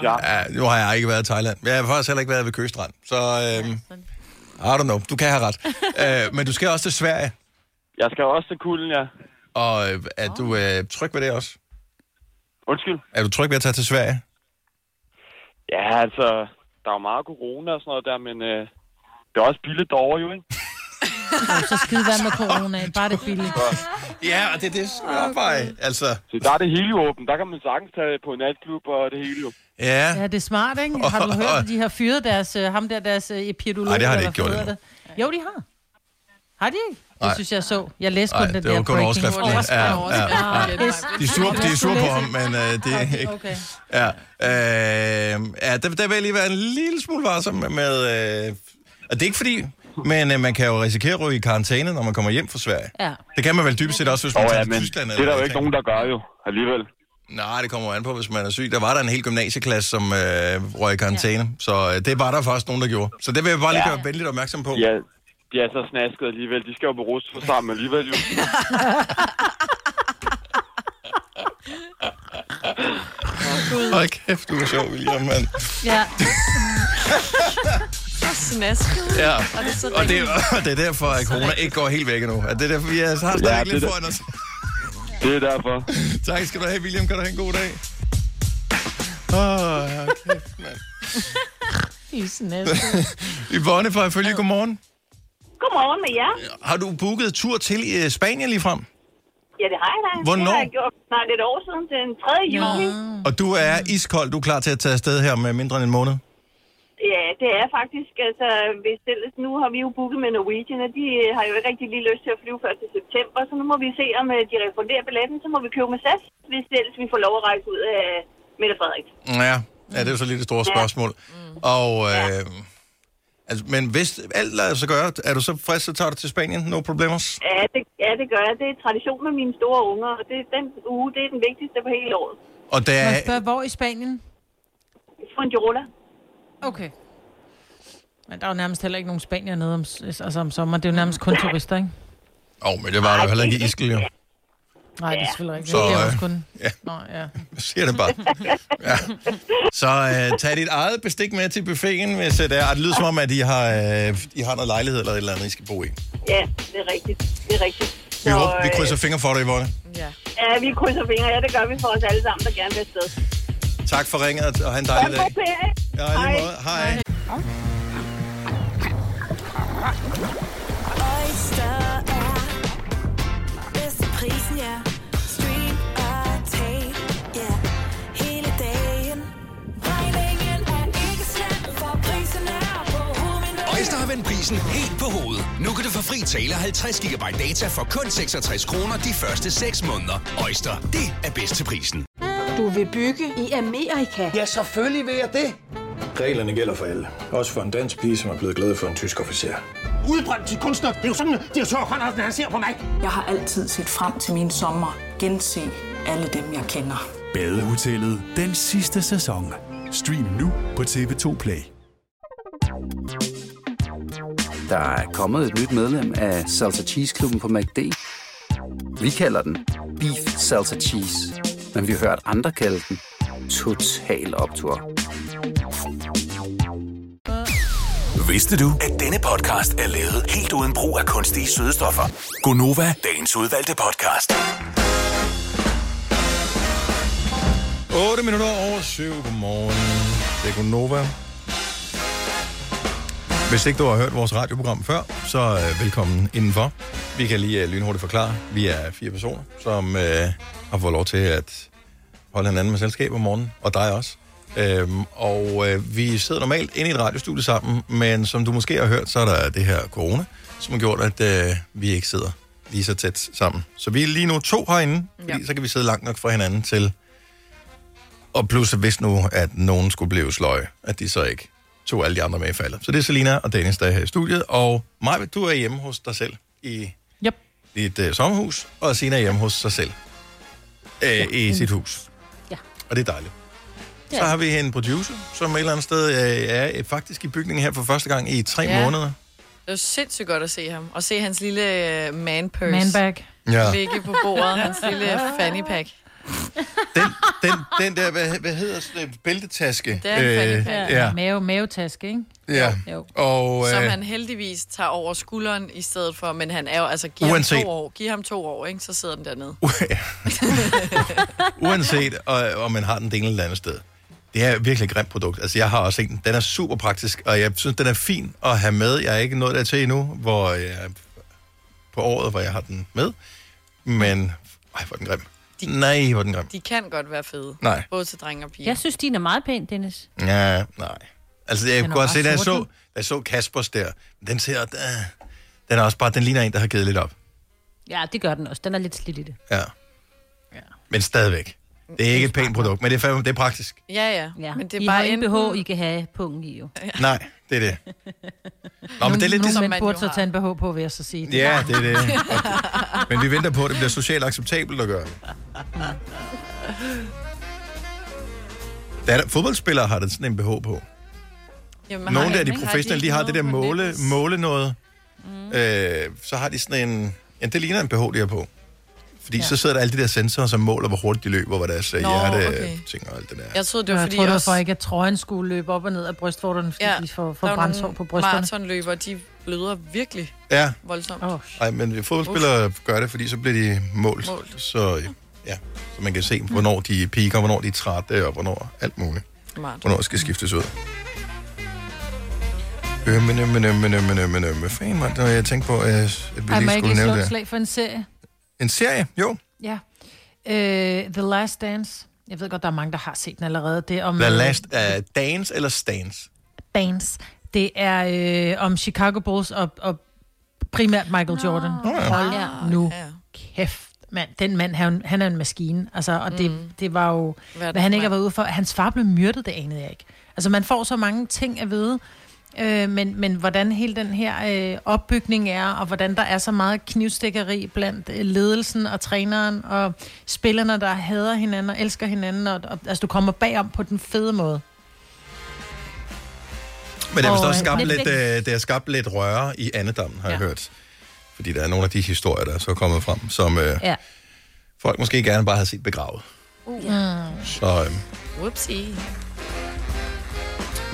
Ja, nu har jeg ikke været i Thailand. Jeg har faktisk heller ikke været ved Køge Strand. Så, øhm, I don't know. Du kan have ret. øh, men du skal også til Sverige. Jeg skal også til kulden, ja. Og øh, er du øh, tryg ved det også? Undskyld. Er du tryg ved at tage til Sverige? Ja, altså, der er jo meget corona og sådan noget der, men øh, det er også billigt derovre, jo, ikke? Og så skide være med corona. Bare det billigt. Ja, og det er det, som jeg opvejer. Altså, Så der er det hele jo åbent. Der kan man sagtens tage på en natklub og det hele jo. ja. Ja, det er smart, ikke? Har du hørt, at de har fyret deres, øh, ham der, deres øh, epidolog? Nej, det har de eller ikke gjort hvad hedder det? Jo, de har. Har de ikke? Det Nej. synes jeg så. Jeg læste kun Nej, den det der var kun breaking. overskriften. Ja, Ja, ja, ja. ja. De er sure, de er sure på ham, men øh, det er ikke... Okay. Ja, øh, ja der, der vil jeg lige være en lille smule varsom med... med øh, og det er ikke fordi... Men øh, man kan jo risikere at ryge i karantæne, når man kommer hjem fra Sverige. Ja. Det kan man vel dybest set også, hvis Nå man ja, tager til men Tyskland. det er der jo eller ikke nogen, der gør jo alligevel. Nej, det kommer jo an på, hvis man er syg. Der var der en hel gymnasieklasse, som øh, røg i karantæne, ja. så øh, det var der faktisk nogen, der gjorde. Så det vil jeg bare lige Ja. gøre venligt opmærksom på. De er, de er så snasket alligevel. De skal jo på rust sammen alligevel jo. Hold kæft, du er sjov, William, mand. Ja. Snasket. Ja. Og det er så Og det, er- og det er derfor, at corona ikke går helt væk endnu. At det er derfor, vi er, har stadig Ja, ja, lidt det er foran os. Det er derfor. Tak skal du have, William. Kan du have en god dag? Åh, oh, kæft, mand. Yvonne fra Følge, godmorgen. Godmorgen med jer. Har du booket tur til øh, Spanien lige frem? Ja, det har jeg da. Hvornår? Det har jeg gjort for snart et år siden, den 3. juni. Og du er iskold. Du er klar til at tage afsted her med mindre end en måned? Ja, det er faktisk, altså, hvis ellers nu har vi jo booket med Norwegian, og de øh, har jo ikke rigtig lige lyst til at flyve før til september, så nu må vi se, om øh, de refunderer billetten, så må vi købe med SAS, hvis ellers vi får lov at rejse ud af Mette Frederiksen. Ja, ja det er jo så lidt et stort spørgsmål. Og, øh, altså, men hvis alt lader sig gøre, er du så frisk, så tager du til Spanien, no problemers. Ja det, ja, det gør jeg. Det er tradition med mine store unger, og det, den uge, det er den vigtigste på hele året. Og der Må er, jeg spørge, hvor i Spanien? Fuengirola. Okay. Men der er jo nærmest heller ikke nogen spanier nede om, altså om sommeren. Det er jo nærmest kun turister, ikke? åh, oh, men det var der jo heller ikke i Iskil, jo. Nej, det er selvfølgelig rigtigt. Så, det er øh, også kun... ja. Nå, ja. Jeg siger det bare. Ja. Så øh, tag dit eget bestik med til buffeten, hvis øh, det er. Og det lyder som om, at I har, øh, I har noget lejlighed eller et eller andet, I skal bo i. Ja, det er rigtigt. Det er rigtigt. Vi, Så, håber, vi øh, krydser fingre for dig, Yvonne. Ja. Ja, vi krydser fingre. Ja, det gør vi for os alle sammen, der gerne vil afsted. Tak for ringet, og- og have en dejlig dag. God ferie. Ja, i lige måde. Hej. Oyster er bedst til prisen, ja. Stream og tag, ja. Hele dagen. Regningen er ikke slem, for prisen er på Øjster hovedet. har vendt prisen helt på hovedet. Nu kan du få fri tale 50 GB data for kun 66 kroner de første 6 måneder. Øjster, det er bedst til prisen. Du vil bygge i Amerika? Ja, selvfølgelig vil jeg det. Reglerne gælder for alle. Også for en dansk pige, som er blevet glad for en tysk officer. Udbrændt til kunstner. Det er jo sådan, at de har Conradsen, han ser på mig. Jeg har altid set frem til min sommer. Gense alle dem, jeg kender. Badehotellet den sidste sæson. Stream nu på TV2 Play. Der er kommet et nyt medlem af Salsa Cheese Klubben på MACD. Vi kalder den Beef Salsa Cheese. Men vi har hørt andre kalde den Total Optor. Vidste du, at denne podcast er lavet helt uden brug af kunstige sødestoffer? Gonova, dagens udvalgte podcast. 8 minutter over 7. Godmorgen. Det er Gunova. Hvis ikke du har hørt vores radioprogram før, så øh, velkommen indenfor. Vi kan lige øh, lynhurtigt forklare. Vi er fire personer, som øh, har fået lov til at holde hinanden med selskab om morgenen, og dig også. Øhm, og øh, vi sidder normalt inde i et radiostudie sammen, men som du måske har hørt, så er der det her corona, som har gjort, at øh, vi ikke sidder lige så tæt sammen. Så vi er lige nu to herinde, fordi så kan vi sidde langt nok fra hinanden til og plus, hvis nu, at nogen skulle blive sløje, at de så ikke tog alle de andre med i faldet. Så det er Selina og Dennis, der er her i studiet. Og Maja, du er hjemme hos dig selv i yep. dit uh, sommerhus, og Sina er hjemme hos sig selv uh, ja. i sit hus. Ja. Og det er dejligt. Så har vi en producer, som et eller andet sted øh, er øh, faktisk i bygningen her for første gang i tre Ja. måneder. Det var sindssygt godt at se ham. Og se hans lille øh, man-purse. Man-bag. Ja. Ligge på bordet. Hans lille fanny pack. Den, den der, hvad, hvad hedder sådan en bæltetaske? øh, Det er en fanny pack. ja. Mave, mavetaske, ikke? ja. Jo. Og, Som øh, han heldigvis tager over skulderen i stedet for, men han er jo, altså, giv Uanset. ham to år, giv ham to år, ikke? så sidder den dernede. uanset øh, om man har den det ene eller det andet sted. Det er virkelig et grimt produkt. Altså, jeg har også en. Den er super praktisk, og jeg synes, den er fin at have med. Jeg er ikke nået dertil endnu, hvor jeg, på året, hvor jeg har den med. Men, ej, hvor er den grim. Nej, hvor er den grim. De kan godt være fede. Nej. Både til drenge og piger. Jeg synes, din er meget pæn, Dennis. Ja, nej. Altså, jeg Den kunne er godt bare se, da jeg, sort, så, den. da jeg så Kaspers der, den ser, øh, den er også bare, den ligner en, der har givet lidt op. Ja, det gør den også. Den er lidt slidt i det. Ja. ja. Men stadigvæk. Det er ikke et pænt produkt, men det er, fandme, det er praktisk. Ja, ja. ja. Men det er I bare har enten... enten- BH, I kan have pungen i jo. Nej, det er det. Nå, men Nogle- det er lidt nogle ligesom... mænd burde så tage en BH på, vil jeg så sige. Ja, det er det. Og- Men vi venter på, at det bliver socialt acceptabelt at gøre det. Der er, fodboldspillere har det sådan en BH på. Jamen, Nogle har der, de ikke- professionelle, de ikke har det der noget på måle, nipples? måle noget. Mm. Øh, så har de sådan en... Ja, det ligner en BH, de har på. Fordi ja. så sidder der alle de der sensorer, som måler, hvor hurtigt de løber, hvor deres Nå, Nå, hjerte okay. ting og alt det der. Jeg troede, det var, jeg fordi tror, det var også- for ikke, at trøjen skulle løbe op og ned af brystvorterne, fordi ja. de får, Der får er brændsår nogle på brysterne. Maratonløbere, de bløder virkelig Ja. voldsomt. Oh. Nej, men fodboldspillere Uf. gør det, fordi så bliver de målt. målt. Målt. Så, ja. så man kan se, hvornår de piker, hvornår de er trætte, og hvornår alt muligt. Smart. Hvornår skal skiftes ud. Øhm, Ømme, ømme, ømme, ømme, ømme, ømme. Fan, man, når jeg tænkte på, at jeg Ej, lige må jeg ikke skulle lige slå nævne et det. slag for en serie? En serie, jo. Ja. Øh, The Last Dance. Jeg ved godt, der er mange, der har set den allerede. Det er om øh, The Last uh, Dance eller Stance? Dance. Det er øh, om Chicago Bulls og, og primært Michael no. Jordan. Hold Ja. nu Ja. kæft, mand. Den mand, han, han er en maskine. Altså, og det, mm. det var jo, hvad, Hvad hvad han den ikke har mand. været ude for. Hans far blev myrdet, det anede jeg ikke. Altså, man får så mange ting at vide. Øh, men, men hvordan hele den her øh, opbygning er, og hvordan der er så meget knivstikkeri blandt øh, ledelsen og træneren, og spillerne, der hader hinanden og elsker hinanden. Og, og, altså, du kommer bagom på den fede måde. Men det har vist Og, også øh, skabt lidt, Netflix. øh, det har skabt lidt røre i andedammen, har ja. jeg hørt. Fordi der er nogle af de historier, der er så kommet frem, som øh, Ja. folk måske gerne bare har set begravet. Uh, ja. Så, øh, Whoopsie.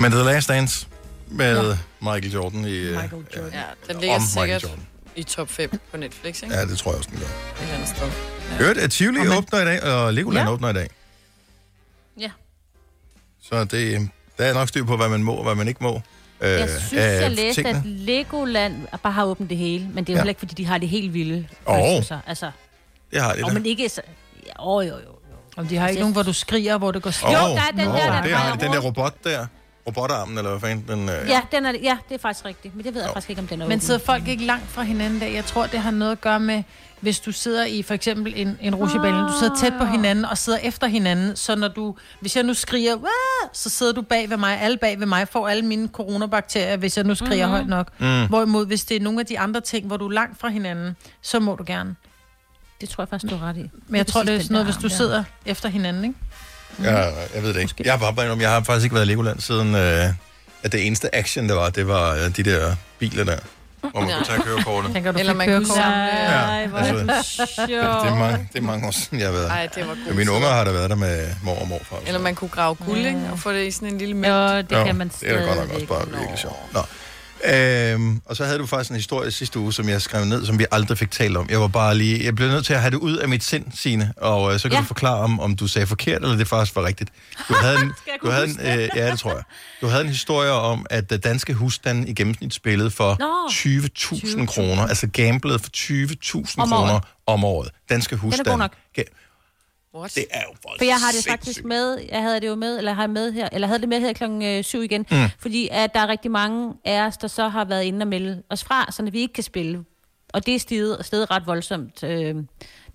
men The Last Dance med ja. Michael Jordan i... Øh, Michael Jordan. Ja, den ligger Om Michael sikkert Jordan. i top 5 på Netflix, ikke? Ja, det tror jeg også, den gør. Et eller andet sted. Ja. Øvrigt, at Tivoli man... åbner i dag, og Legoland ja. Ja. åbner i dag. Ja. Så det, øh, der er nok styr på, hvad man må og hvad man ikke må. Øh, Jeg synes, af jeg læste, tingene. at Legoland bare har åbnet det hele, men det Ja. er jo ja. heller ikke, fordi de har det helt vilde. Åh. ønskelser. Altså, Det har det og da. men ikke så... Ja, åh, jo, jo. Om de har ikke nogen, hvor du skriger, hvor det går Åh, skidt. Jo, der er den nå, der, der det drejer har de. Den der rundt. robot der. Robotarmen, eller hvad fanden? Den, øh, Ja, den er, ja, det er faktisk rigtigt, men det ved jeg faktisk ikke, om den er Men åben. sidder folk ikke langt fra hinanden der? Jeg tror, det har noget at gøre med, hvis du sidder i for eksempel en, en rutsjebane, du sidder tæt på hinanden og sidder efter hinanden, så når du, hvis jeg nu skriger, "Wah!", så sidder du bag ved mig, alle bag ved mig, får alle mine coronabakterier, hvis jeg nu skriger mm-hmm. højt nok. Mm. Hvorimod, hvis det er nogle af de andre ting, hvor du er langt fra hinanden, så må du gerne. Det tror jeg faktisk, du har ret i. Men jeg tror, det er sådan noget, hvis du der. sidder efter hinanden, ikke? Ja, jeg ved det ikke. Jeg har, bare, blandt om, jeg har faktisk ikke været i Legoland siden, øh, at det eneste action, der var, det var øh, de der biler der, hvor man kunne tage kørekortet. Tænker du Eller fik man kunne kørekort? samle... Ja, hvor altså, er den sjov. Det er, mange, det er mange år siden, jeg har været. Ej, det var Men godt. mine unger har da været der med mor og morfar. og sådan Eller man kunne grave guld, ikke? Og få det i sådan en lille mælk. Jo, det Jo, kan man Det er da godt nok stadigvæk. også bare virkelig sjovt. Nå. Øhm, og så havde du faktisk en historie sidste uge, som jeg skrev ned, som vi aldrig fik talt om. Jeg var bare lige, jeg blev nødt til at have det ud af mit sind, Signe, og øh, så kan Ja. ja. du forklare om, om du sagde forkert, eller det faktisk var rigtigt. Du havde en, jeg du kunne havde en huske øh, ja, det tror jeg. Du havde en historie om, at øh, danske husstande i gennemsnit spillede for Nå. 20.000 kroner, altså gamblede for 20.000 Om året. kroner om året. Danske god husstande. nok. Ga- What? Det er jo for For jeg har det sindssygt. faktisk med, jeg havde det jo med, eller har med her, eller havde det med her klokken øh, syv igen, mm. Mm. fordi at der er rigtig mange af os, der så har været inde og melde os fra, så vi ikke kan spille. Og det er steget, steget ret voldsomt. Øh, det er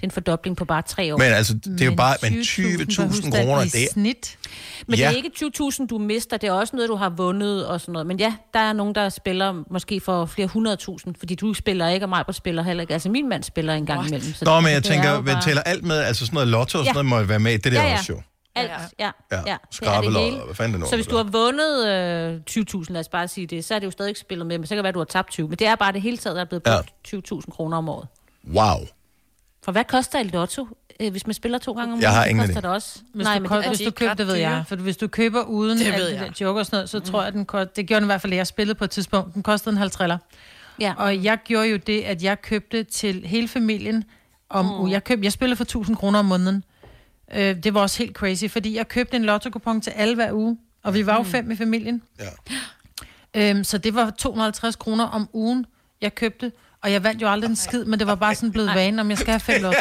en fordobling på bare tre år. Men altså, det er jo bare- men 20.000 kroner, det er- snit. Men ja. Ja. det er ikke 20.000, du mister. Det er også noget, du har vundet og sådan noget. Men ja, der er nogen, der spiller måske for flere hundredtusind, fordi du spiller ikke, og mig spiller heller ikke. Altså, min mand spiller en gang imellem. Nå, det- men jeg det er jo tænker, man bare- tæller alt med, altså sådan noget lotto og Ja. sådan noget må jo være med i det der ja, ja. også jo. Alt, ja. ja, ja. Skrabelod, og hvad fanden det nu Så hvis er, du har vundet øh, 20.000, lad os bare sige det, så er det jo stadig ikke spillet med, men så kan det være, at du har tabt 20. Men det er bare det hele taget, der er blevet brugt ja. 20.000 kroner om året. Wow. For hvad koster et lotto, øh, hvis man spiller to gange om Jeg ugen? har Det ingen koster idé. det også. Hvis Nej, du, men køber, hvis du køber, det ved jeg. For hvis du køber uden Det det alt ved det der jeg. joker og sådan noget, så mm. tror jeg, at den kost, det gjorde den i hvert fald, at jeg spillede på et tidspunkt. Den kostede en halv triller. Ja. Og jeg gjorde jo det, at jeg købte til hele familien om mm. jeg, køb, jeg spillede for 1000 kroner om måneden. Øh, det var også helt crazy, fordi jeg købte en lotto til alle hver uge. Og vi var jo mm. fem i familien. Øhm, så det var 250 kroner om ugen, jeg købte. Og jeg vandt jo aldrig en skid, men det var bare sådan blevet vane, om jeg skal have fem lotto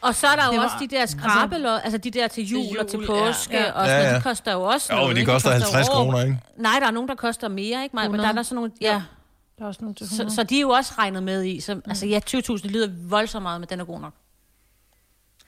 Og så er der Det jo var- også de der skrabelod, altså de der til jul, og til påske ja. og sådan Ja, noget, ja. de koster jo også Jo, noget, men de ikke? koster 50 over- kroner, ikke? Nej, der er nogen, der koster mere, ikke mig? Men der er der sådan nogle, ja. Der er også nogle til Så, så de er jo også regnet med i. Så, altså ja, 20.000 lyder voldsomt meget, men den er god nok.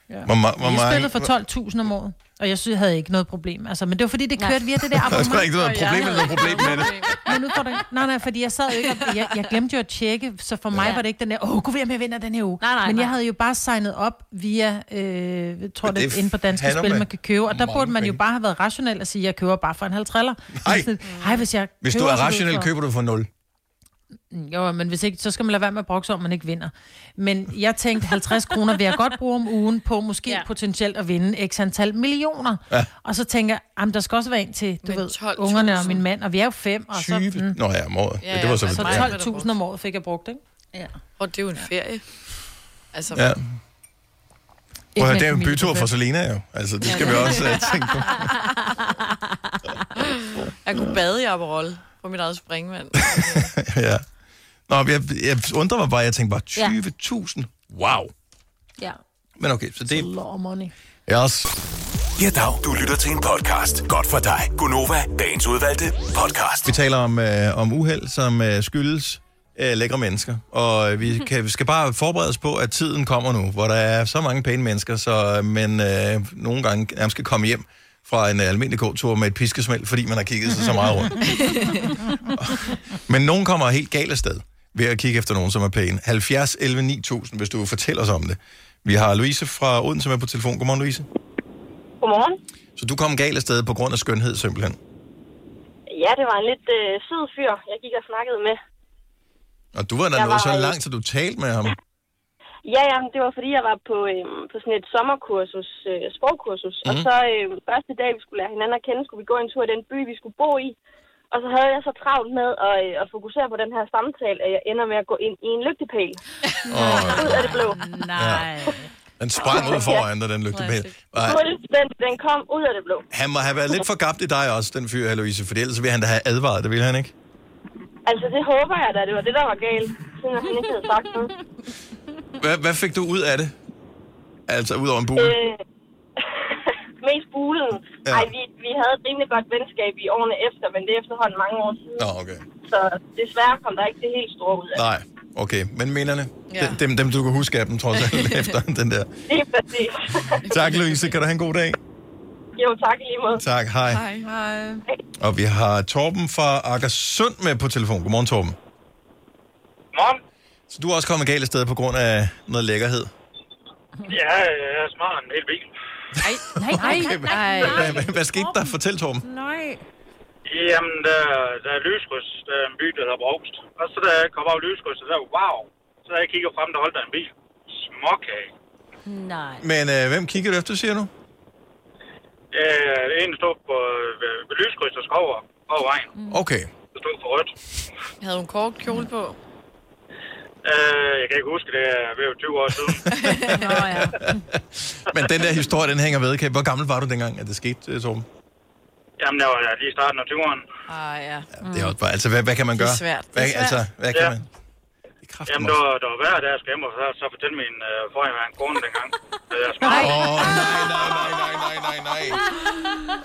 Hvor, ma- hvor jeg mange- spillede for 12.000 om året, og jeg synes, jeg havde ikke noget problem. Altså, men det var fordi, det Nej. kørte via det der Der er abonnement. sgu da ikke noget Og jeg problem, havde eller noget ikke problem med det. Men nu får du... Nej, nej, fordi jeg sad jo ikke... Og... Jeg, jeg glemte jo at tjekke, så for mig Ja. var det ikke den der... Åh, oh, gud, jeg vinder den her uge. Nej, nej, Men jeg nej. havde jo bare signet op via... Øh, jeg tror, Men det, det er inde på Danske handler Spil, med man kan købe. Og der mange burde man jo penge. bare have været rationel og sige, jeg køber bare for en halv triller. Nej. Hej, hvis jeg Hvis du køber, er så ved rationel, for- køber du for 0. jo, men hvis ikke, så skal man lade være med at brokse om, man ikke vinder. Men jeg tænkte, 50 kroner vil jeg godt bruge om ugen på måske ja. potentielt at vinde x antal millioner. Ja. Og så tænker jeg, jamen, der skal også være en til, du ved, ungerne og min mand, og vi er jo fem. Og så, Mm. 20. Nå ja, om året. Ja, Ja, det var ja, så, så ja. 12.000 om året fik jeg brugt, ikke? Ja. Og det er jo en ferie. Altså, Ja. Prøv at høre, med det er jo en familie på bytur for fem. Selena jo. Altså, det Ja, skal det vi er også det. uh, tænke på. jeg kunne bade i Aperol på mit eget springvand. ja. Nå, jeg, jeg undrer mig bare, jeg tænkte Ja. bare, 20.000? Wow. Ja. Men okay, så det er... money. Yes. Ja, dag. Du lytter til en podcast. Godt for dig. Gunova, dagens udvalgte podcast. Vi taler om, øh, om uheld, som øh, skyldes øh, lækre mennesker. Og øh, vi, kan, vi skal bare forberede os på, at tiden kommer nu, hvor der er så mange pæne mennesker, så øh, man øh, nogle gange nærmest skal komme hjem fra en øh, almindelig gåtur med et piskesmæld, fordi man har kigget sig så meget rundt. Men nogen kommer helt galt afsted ved at kigge efter nogen, som er pæne. 70 11 9000, hvis du vil fortælle os om det. Vi har Louise fra Odense med på telefon. Godmorgen, Louise. Godmorgen. Så du kom galt afsted på grund af skønhed, simpelthen. Ja, det var en lidt øh, sød fyr, jeg gik og snakkede med. Og du var da Jeg nået var så her i- langt, så du talte med ham. Ja, jamen, det var fordi, jeg var på, øh, på sådan et sommerkursus, øh, sprogkursus. Mm. Og Mhm. så øh, første dag, vi skulle lære hinanden at kende, skulle vi gå en tur i den by, vi skulle bo i. Og så havde jeg så travlt med at, øh, at fokusere på den her samtale, at jeg ender med at gå ind i en lygtepæl. Åh. Ud af det blå. Nej. Den sprang ud foran dig, den lygtepæl. Og Fuldstændig, den kom ud af det blå. Han må have været lidt for gabt i dig også, den fyr her, Louise, for ellers ville han da have advaret, det ville han ikke? Altså, det håber jeg da, det var det, der var galt. Siden han ikke havde sagt noget. Hvad, hvad fik du ud af det? Altså, ud over en bule? Øh, mest bulen. Ja. Ja. Ej, vi, vi havde et rimelig godt venskab i årene efter, men det er efterhånden mange år siden. Nå, okay. Så desværre kom der ikke det helt store ud af. det. Nej, okay. Men minderne? Ja. Ja. Dem, dem, du kan huske af dem, trods alt, efter den der. Det er præcis. Tak, Louise. Kan du have en god dag? jo, tak i lige måde. Tak, hej. Hej. Og vi har Torben fra Akersund med på telefon. Godmorgen, Torben. Morgen. Så du er også kommet galt af sted på grund af noget lækkerhed? Ja, jeg er smartere end en hel bil. Nej, nej, Okay, men- Hvad, hvad skete der? Fortæl, Torben. Nej. Jamen, der, der er lyskryds. Der er en by, der hedder Brogst. Og så da jeg kom over lyskrydset, der wow. Så da jeg kigger frem, der holdt der en bil. Småkage. Nej. Men øh, hvem kigger du efter, siger du? Mm. Øh, en stod på øh, ved- ved lyskryds og skover over vejen. Okay. der stod for rødt. Havde hun kort kjole på? Øh, jeg kan ikke huske det, er ved 20 år siden. Nå ja. Men den der historie, den hænger ved. Kan- Hvor gammel var du dengang, at det skete, øh, Torben? Jamen, der var jeg lige i starten af 20'eren. Ah, ja. Mm. Det er også bare, altså, hvad, hvad kan man Det er gøre? svært. Det er Hvad, svært. Altså, hvad kan Ja. man? Jamen, det var, det var hver dag, jeg skal hjem og så, så fortælle min øh, forhenværende kone dengang. Øh, jeg skal... Nej. Åh, nej, nej, nej, nej, nej, nej.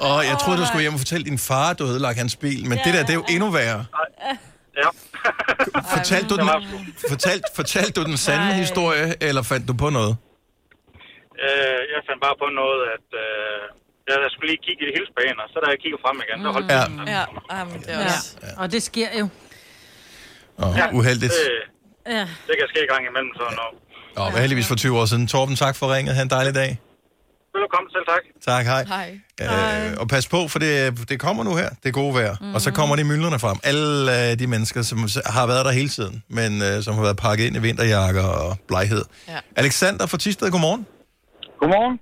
Og jeg troede, du skulle hjem og fortælle din far, du havde lagt hans bil, men det der, det er jo endnu værre. Ja. Fortalte du den, fortalte, fortalte du den sande historie, eller fandt du på noget? Øh, jeg fandt bare på noget, at øh, jeg, jeg skulle lige kigge i hilsbanen, og så da jeg kigger frem igen, så holdt Ja. den. Ja, ah, men det er Ja. også... Og det sker jo. Åh, uheldigt. Det, Ja. Øh, det kan ske en gang imellem, så noget. Åh, ja. heldigvis for 20 år siden. Torben, tak for ringet. Ha' en dejlig dag. Velkommen, selv tak. Tak, hej. Hej. Øh, og pas på, for det, det kommer nu her, det gode vejr. Mm-hmm. Mhm. Og så kommer de myldrene frem. Alle øh, de mennesker, som s- har været der hele tiden, men øh, som har været pakket ind i vinterjakker og bleghed. Ja. Alexander fra Tisted, godmorgen. Godmorgen.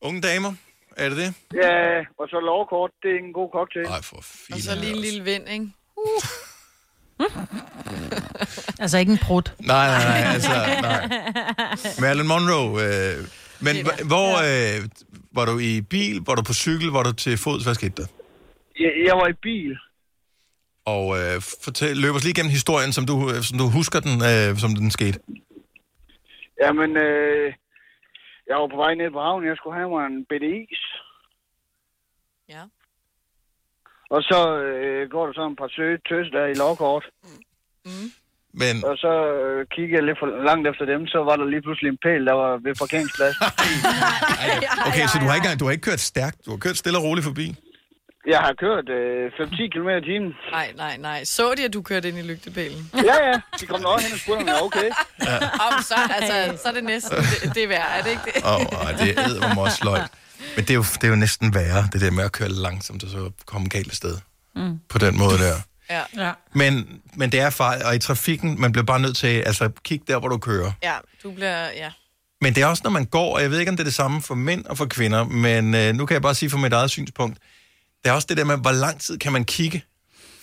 Unge damer, er det det? Ja, og så lovkort, det er en god cocktail. Nej, for f- Og så lige en lille vind, ikke? Altså ikke en prut. Nej, nej, nej, altså, nej. Marilyn Monroe. Øh, men hva- hvor øh, var du i bil, var du på cykel, var du til fods, hvad skete der? jeg, jeg var i bil. Og øh, fortæl, løb os lige gennem historien, som du, øh, som du husker den, øh, som den skete. Jamen, øh, jeg var på vej ned på havnen, jeg skulle have mig en bitte is. Ja. Og så øh, går der så en par søde tøs der i lovkort. Men... Og så øh, kiggede jeg lidt for langt efter dem, så var der lige pludselig en pæl, der var ved parkeringspladsen. Okay, så du har, ikke, engang- du har ikke kørt stærkt, du har kørt stille og roligt forbi. jeg har kørt øh, 5-10 km i timen. Nej, nej, nej. Så de, at du kørte ind i lygtepælen? Ja, ja, de kom nok hen og spurgte, om jeg var okay. Om så, altså, så er det næsten det, det er værd, er det ikke det? Åh, oh, det er mig også løgn. Men det er, jo, det er jo næsten værre, det der med at køre langsomt og så komme galt af sted. Mm. På den måde der. Ja. ja. Men, men det er fejl, og i trafikken, man bliver bare nødt til, altså kig der, hvor du kører. Ja, du bliver, ja. Men det er også, når man går, og jeg ved ikke, om det er det samme for mænd og for kvinder, men øh, nu kan jeg bare sige fra mit eget synspunkt, det er også det der med, hvor lang tid kan man kigge?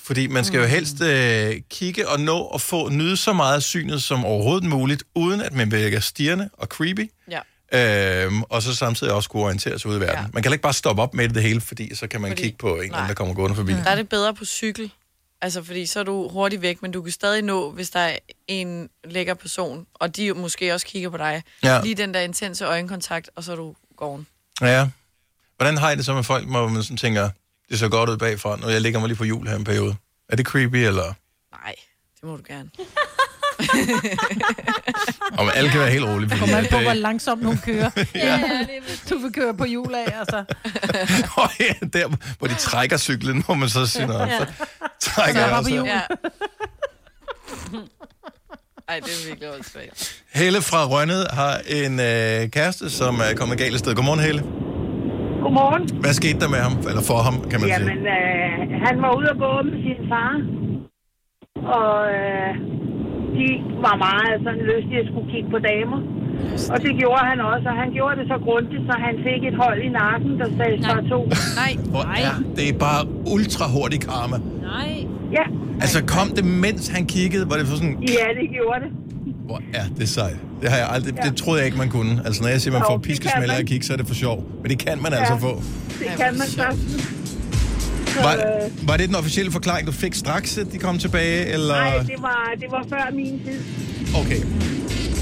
Fordi man Mm. skal jo helst øh, kigge og nå at få nyde så meget af synet som overhovedet muligt, uden at man virker stirrende og creepy, Ja. øhm, og så samtidig også kunne orientere sig ud i verden. Ja. Man kan ikke bare stoppe op med det hele, fordi så kan man fordi... Fordi- kigge på en eller anden, Nej. Mm. der kommer gående forbi. Der er det bedre på cykel. Altså, fordi så er du hurtigt væk, men du kan stadig nå, hvis der er en lækker person, og de måske også kigger på dig. Ja. Lige den der intense øjenkontakt, og så er du gården. Ja. Hvordan har I det så med folk, hvor man sådan tænker, det ser godt ud bagfra, når jeg ligger mig lige på jul her en periode? Er det creepy, eller? Nej, det må du gerne. Og alle kan være helt rolige. fordi Kommer an at, på, hvor øh, langsomt hun kører. Ja. Du vil køre på hjul af, altså. Åh, ja, der, hvor de trækker cyklen, må man så sige, "Nå, så trækker jeg også. Ej, det er virkelig åndssvagt. Helle fra Rønnet har en øh, kæreste, som er kommet galt af sted. Godmorgen, Helle. Godmorgen. Hvad skete der med ham, eller for ham, kan man sige? Jamen, øh, han var ude at gå med sin far, og øh, de var meget sådan lystige at skulle kigge på damer. Og det gjorde han også, og han gjorde det så grundigt, så han fik et hold i nakken, der sagde for to. Nej. Hvor er det bare ultra hurtig karma. Nej. Ja. Altså, kom det, mens han kiggede, var det for sådan, Ja, det gjorde det. hvor er det sejt. Det, har jeg aldrig, det troede jeg ikke, man kunne. Altså, når jeg siger, man Jo, får det kan piskesmælde af man. at kigge, så er det for sjov. Men det kan man altså Ja. få. Det kan man sagtens. Så, Var, øh, var det den officielle forklaring, du fik straks, at de kom tilbage? Eller? Nej, det var, det var før min tid. Okay.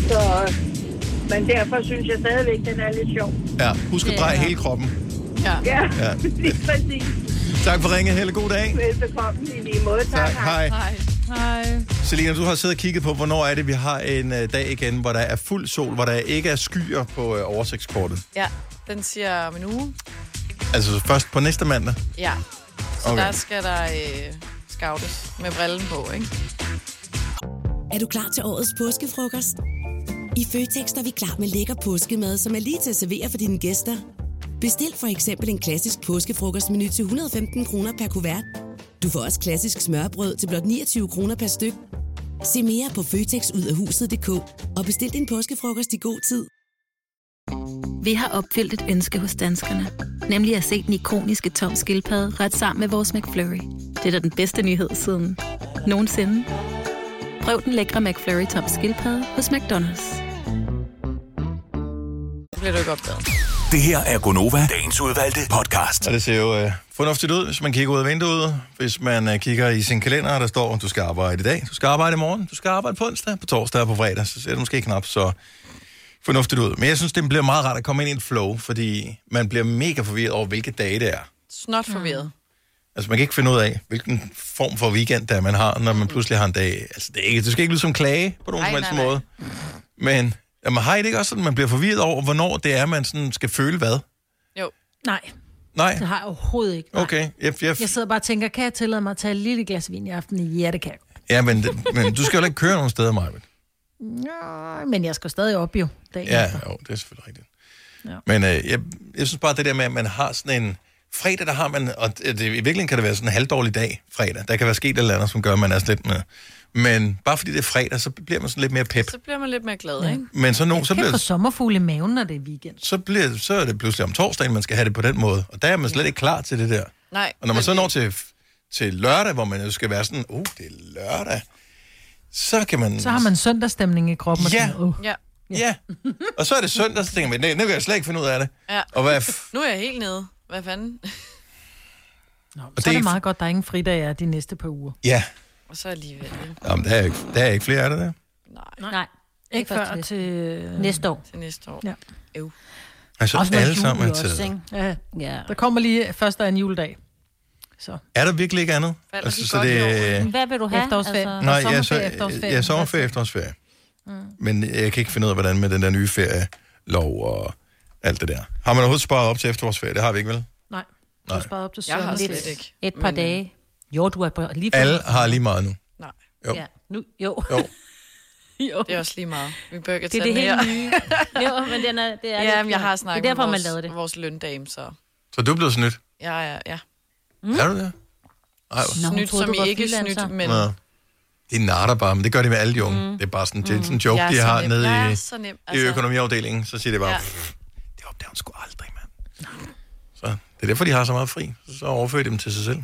Så, øh, men derfor synes jeg stadigvæk, den er lidt sjov. Ja, husk at Ja. dreje hele kroppen. Ja. Ja, Ja. lige præcis. øh, Tak for ringet, Helle. God dag. Velbekomme i lige måde. Tak. Tak. Hej. Hej. Hej. Selina, du har siddet og kigget på, hvornår er det, vi har en øh, dag igen, hvor der er fuld sol, hvor der ikke er skyer på øh, oversigtskortet. Ja, den siger om en uge. Altså først på næste mandag. Ja. Så Okay. okay. der skal der øh, scoutes med brillen på, ikke? Er du klar til årets påskefrokost? I Føtex er vi klar med lækker påskemad, som er lige til at servere for dine gæster. Bestil for eksempel en klassisk påskefrokostmenu til 115 kroner per kuvert. Du får også klassisk smørbrød til blot 29 kroner per styk. Se mere på føtexudafhuset.dk og bestil din påskefrokost i god tid. Vi har opfyldt et ønske hos danskerne. Nemlig at se den ikoniske tom skildpadde ret sammen med vores McFlurry. Det er da den bedste nyhed siden nogensinde. Prøv den lækre McFlurry Tom Skilpad hos McDonald's. Det bliver du ikke opdaget. Det her er Gonova, dagens udvalgte podcast. Og det ser jo øh, fornuftigt ud, hvis man kigger ud af vinduet. Hvis man øh, kigger i sin kalender, og der står, du skal arbejde i dag, du skal arbejde i morgen, du skal arbejde på onsdag, på torsdag og på fredag, så ser det måske knap så fornuftigt ud. Men jeg synes, det bliver meget rart at komme ind i en flow, fordi man bliver mega forvirret over, hvilke dage det er. Snot Mm. forvirret. Altså, man kan ikke finde ud af, hvilken form for weekend, der man har, når man pludselig har en dag. Altså, det, er ikke, det skal ikke lyde som klage på nogen Nej, som helst Mm. nej, nej. måde. Men jamen, har I det ikke også sådan, man bliver forvirret over, hvornår det er, man sådan skal føle hvad? Jo. Nej. Nej. Det har jeg overhovedet ikke. Okay, jeg, jeg, Jeg sidder bare og tænker, kan jeg tillade mig at tage et lille glas vin i aften? Ja, det kan jeg. Ja, men, det- men du skal jo ikke køre nogen steder, Maja. Nå, men jeg skal stadig op jo. Dagen Ja, efter. jo, det er selvfølgelig rigtigt. Ja. Men øh, jeg, jeg synes bare, det der med, at man har sådan en... Fredag, der har man... Og det, i virkeligheden kan det være sådan en halvdårlig dag, fredag. Der kan være sket et eller andet, som gør, at man er sådan lidt med. Men bare fordi det er fredag, så bliver man sådan lidt mere pep. Så bliver man lidt mere glad, ja. ikke? Men så, nogen, så, Kan få bliver, sommerfugle i maven, når det er weekend. så, bliver, så er det pludselig om torsdagen, man skal have det på den måde. Og der er man slet ikke klar til det der. Nej. Og når man så når til, til lørdag, hvor man jo skal være sådan, uh, det er lørdag, så kan man... Så har man søndagsstemning i kroppen. Ja. Og tænker, uh. Ja. Ja. Og så er det søndag, så tænker man, nej, nu kan jeg slet ikke finde ud af det. ja. Og hvad f- Nu er jeg helt nede. Hvad fanden? Og så det er det meget godt, der er ingen fridag er de næste par uger. Ja, Og så alligevel. ikke? Jamen, der er, ikke, der er ikke flere af det der. Nej. Nej. Ikke, ikke først før til... Næste år. Til næste år. Ja. Øv. Altså, Også med alle jul sammen er også, taget. ikke? Ja. ja. Der kommer lige først der er en juledag. Så. Er der virkelig ikke andet? Falder altså, de så godt det... Hvad vil du have? Efterårsferie. Altså, Nej, og ja, så, sommerferie, efterårsferie. ja, sommerferie, efterårsferie. Mm. Men jeg kan ikke finde ud af, hvordan med den der nye ferielov og alt det der. Har man overhovedet sparet op til efterårsferie? Det har vi ikke, vel? Nej. Du Nej. har sparet op til Jeg har søndag. slet ikke. Et par dage. øh, Jo, du er på lige Alle har lige meget nu. Jo. Ja. Nu, jo. Jo. jo. Det er også lige meget. Vi bør ikke Det er tage det den helt her. nye. Jo, men den er, det er lidt Ja, men jeg fjern. har snakket Det er derfor, med man vores, lavede det. vores løndame, så... Så du er blevet snydt. Ja, ja, ja. Mm. Er du det? Ej, hvor- Nå, snydt, troede, som du var I ikke freelancer. snydt, men... Nå. De natter bare, men det gør de med alle de unge. Mm. Det er bare sådan, det er sådan en joke, Jeg er de så har nem. nede Jeg i, er så nem, i altså. økonomiafdelingen. Så siger de bare, ja. Ja. det opdager hun sgu aldrig, mand. Så det er derfor, de har så meget fri. Så overfører de dem til sig selv.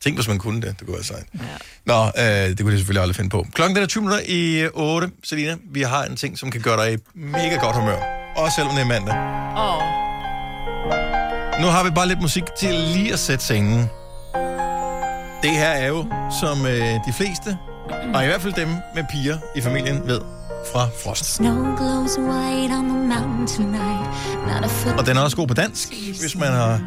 Tænk, hvis man kunne det. Det kunne være sejt. Ja. Nå, øh, det kunne de selvfølgelig aldrig finde på. Klokken den er 20 minutter i 8. Selina, vi har en ting, som kan gøre dig i mega godt humør. Også selvom det er mandag. Åh. Nu har vi bare lidt musik til lige at sætte sengen. Det her er jo, som øh, de fleste, og i hvert fald dem med piger i familien, ved fra Frost. Snow glows white on the mountain tonight. Not a foot. Og den er også god på dansk, hvis man har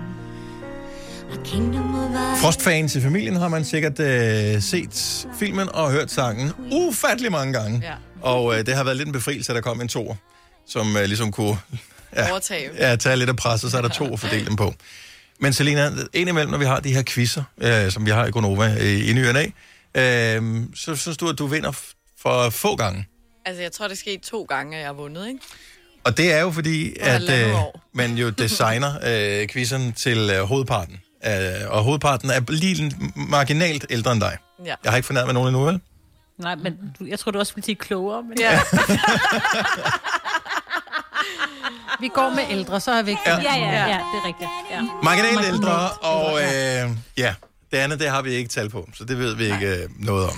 Kingdom of ice. Frost-fans i familien, har man sikkert øh, set filmen og hørt sangen ufattelig mange gange. Ja. Og øh, det har været lidt en befrielse, at der kom en toer, som øh, ligesom kunne ja, Overtage. ja, tage lidt af presset, så er der to at fordele dem på. Men Selina, indimellem, når vi har de her quizzer, øh, som vi har i Gonova øh, i ny og næ, øh, så synes du, at du vinder f- for få gange. Altså, jeg tror, det skete to gange, at jeg har vundet, ikke? Og det er jo fordi, at halvandet øh, år. man jo designer øh, quizzerne til øh, hovedparten. Øh, og hovedparten er lige marginalt ældre end dig. Ja. Jeg har ikke fundet med nogen endnu, vel? Nej, men du, jeg tror, du også ville sige klogere. Men... Ja. Vi går med ældre, så er vi ikke... ja, ja, ja, ja, det er rigtigt. Ja. Marginalt ældre, og øh, ja, det andet, det har vi ikke tal på, så det ved vi ikke øh, noget om.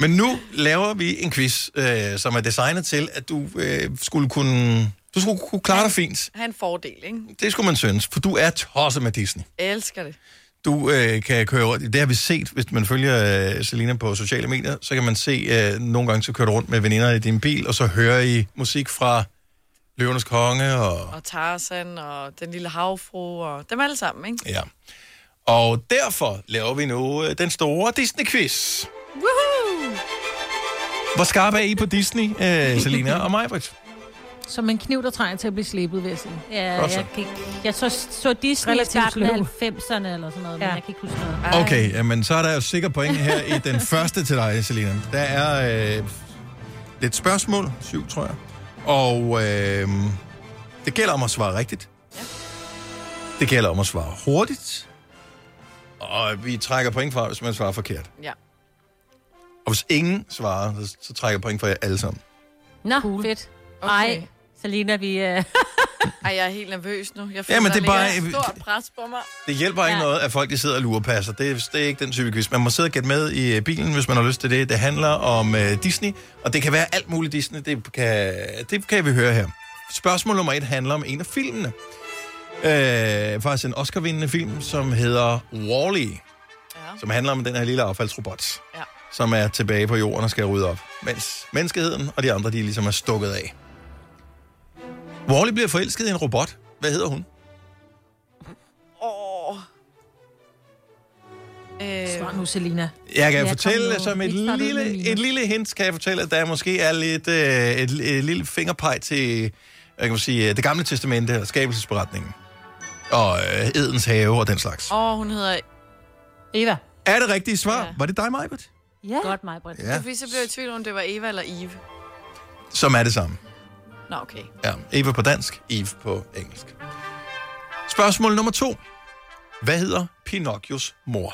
Men nu laver vi en quiz, øh, som er designet til, at du øh, skulle kunne... Du skulle kunne klare dig fint. Ha' en fordel, ikke? Det skulle man synes, for du er tosset med Disney. Jeg elsker det. Du øh, kan køre rundt, det har vi set, hvis man følger øh, Selina på sociale medier, så kan man se, øh, nogle gange så kører du rundt med veninder i din bil, og så hører I musik fra Løvernes Konge, og, Og Tarzan, og den lille havfru, og dem alle sammen, ikke? ja. og derfor laver vi nu øh, den store Disney-quiz. Woohoo! Hvor skarpe er I på Disney, øh, Selina og Majbrit? Som en kniv, der trænger til at blive slebet, vil jeg sige. Ja, Godt så. jeg, kan, ikke- jeg så, så Disney i Relativt starten af sløv. 90'erne eller sådan noget, ja. men jeg kan ikke huske noget. Okay, jamen, så er der jo sikkert point her i den første til dig, Selina. Der er øh, lidt spørgsmål, syv tror jeg, og øh, det gælder om at svare rigtigt. Det gælder om at svare hurtigt, og vi trækker point fra, hvis man svarer forkert. Ja. Og hvis ingen svarer, så, så trækker jeg point fra jer alle sammen. Nå, cool. fedt. Okay. Ej, Selina, vi... Uh... Ej, jeg er helt nervøs nu. Jeg føler, Jamen, Jamen, det er det der bare... bare- et stort pres på mig. Det hjælper ikke noget, at folk de sidder og lurepasser. Det, er- det er ikke den type quiz. Man må sidde og gætte med i øh, bilen, hvis man har lyst til det. Det handler om øh, Disney, og det kan være alt muligt Disney. Det kan, det kan vi høre her. Spørgsmål nummer et handler om en af filmene. Øh, faktisk en Oscar-vindende film, som hedder Wall-E. Ja. Som handler om den her lille affaldsrobot, ja. som er tilbage på jorden og skal rydde op. Mens menneskeheden og de andre, de ligesom er stukket af. Wall-E bliver forelsket i en robot. Hvad hedder hun? Åh. Øh, Svar nu, Selina. Jeg kan Ja, ja, kom fortælle, nu. som et Ikke starte ud med lille, mine. et lille hint, kan jeg fortælle, at der måske er lidt øh, et, et lille fingerpeg til jeg kan man sige, øh, det gamle testamente og skabelsesberetningen. Og øh, Edens have og den slags. Øh, Åh, hun hedder... Eva. Er det rigtige svar? Ja. Var det dig, Majbert? Ja. Godt, mig, Britt. Ja. Det var fordi, så blev jeg i tvivl om, det var Eva eller Eve. Som er det samme. Nå, okay. Ja, Eva på dansk, Eve på engelsk. Spørgsmål nummer to. Hvad hedder Pinocchios mor?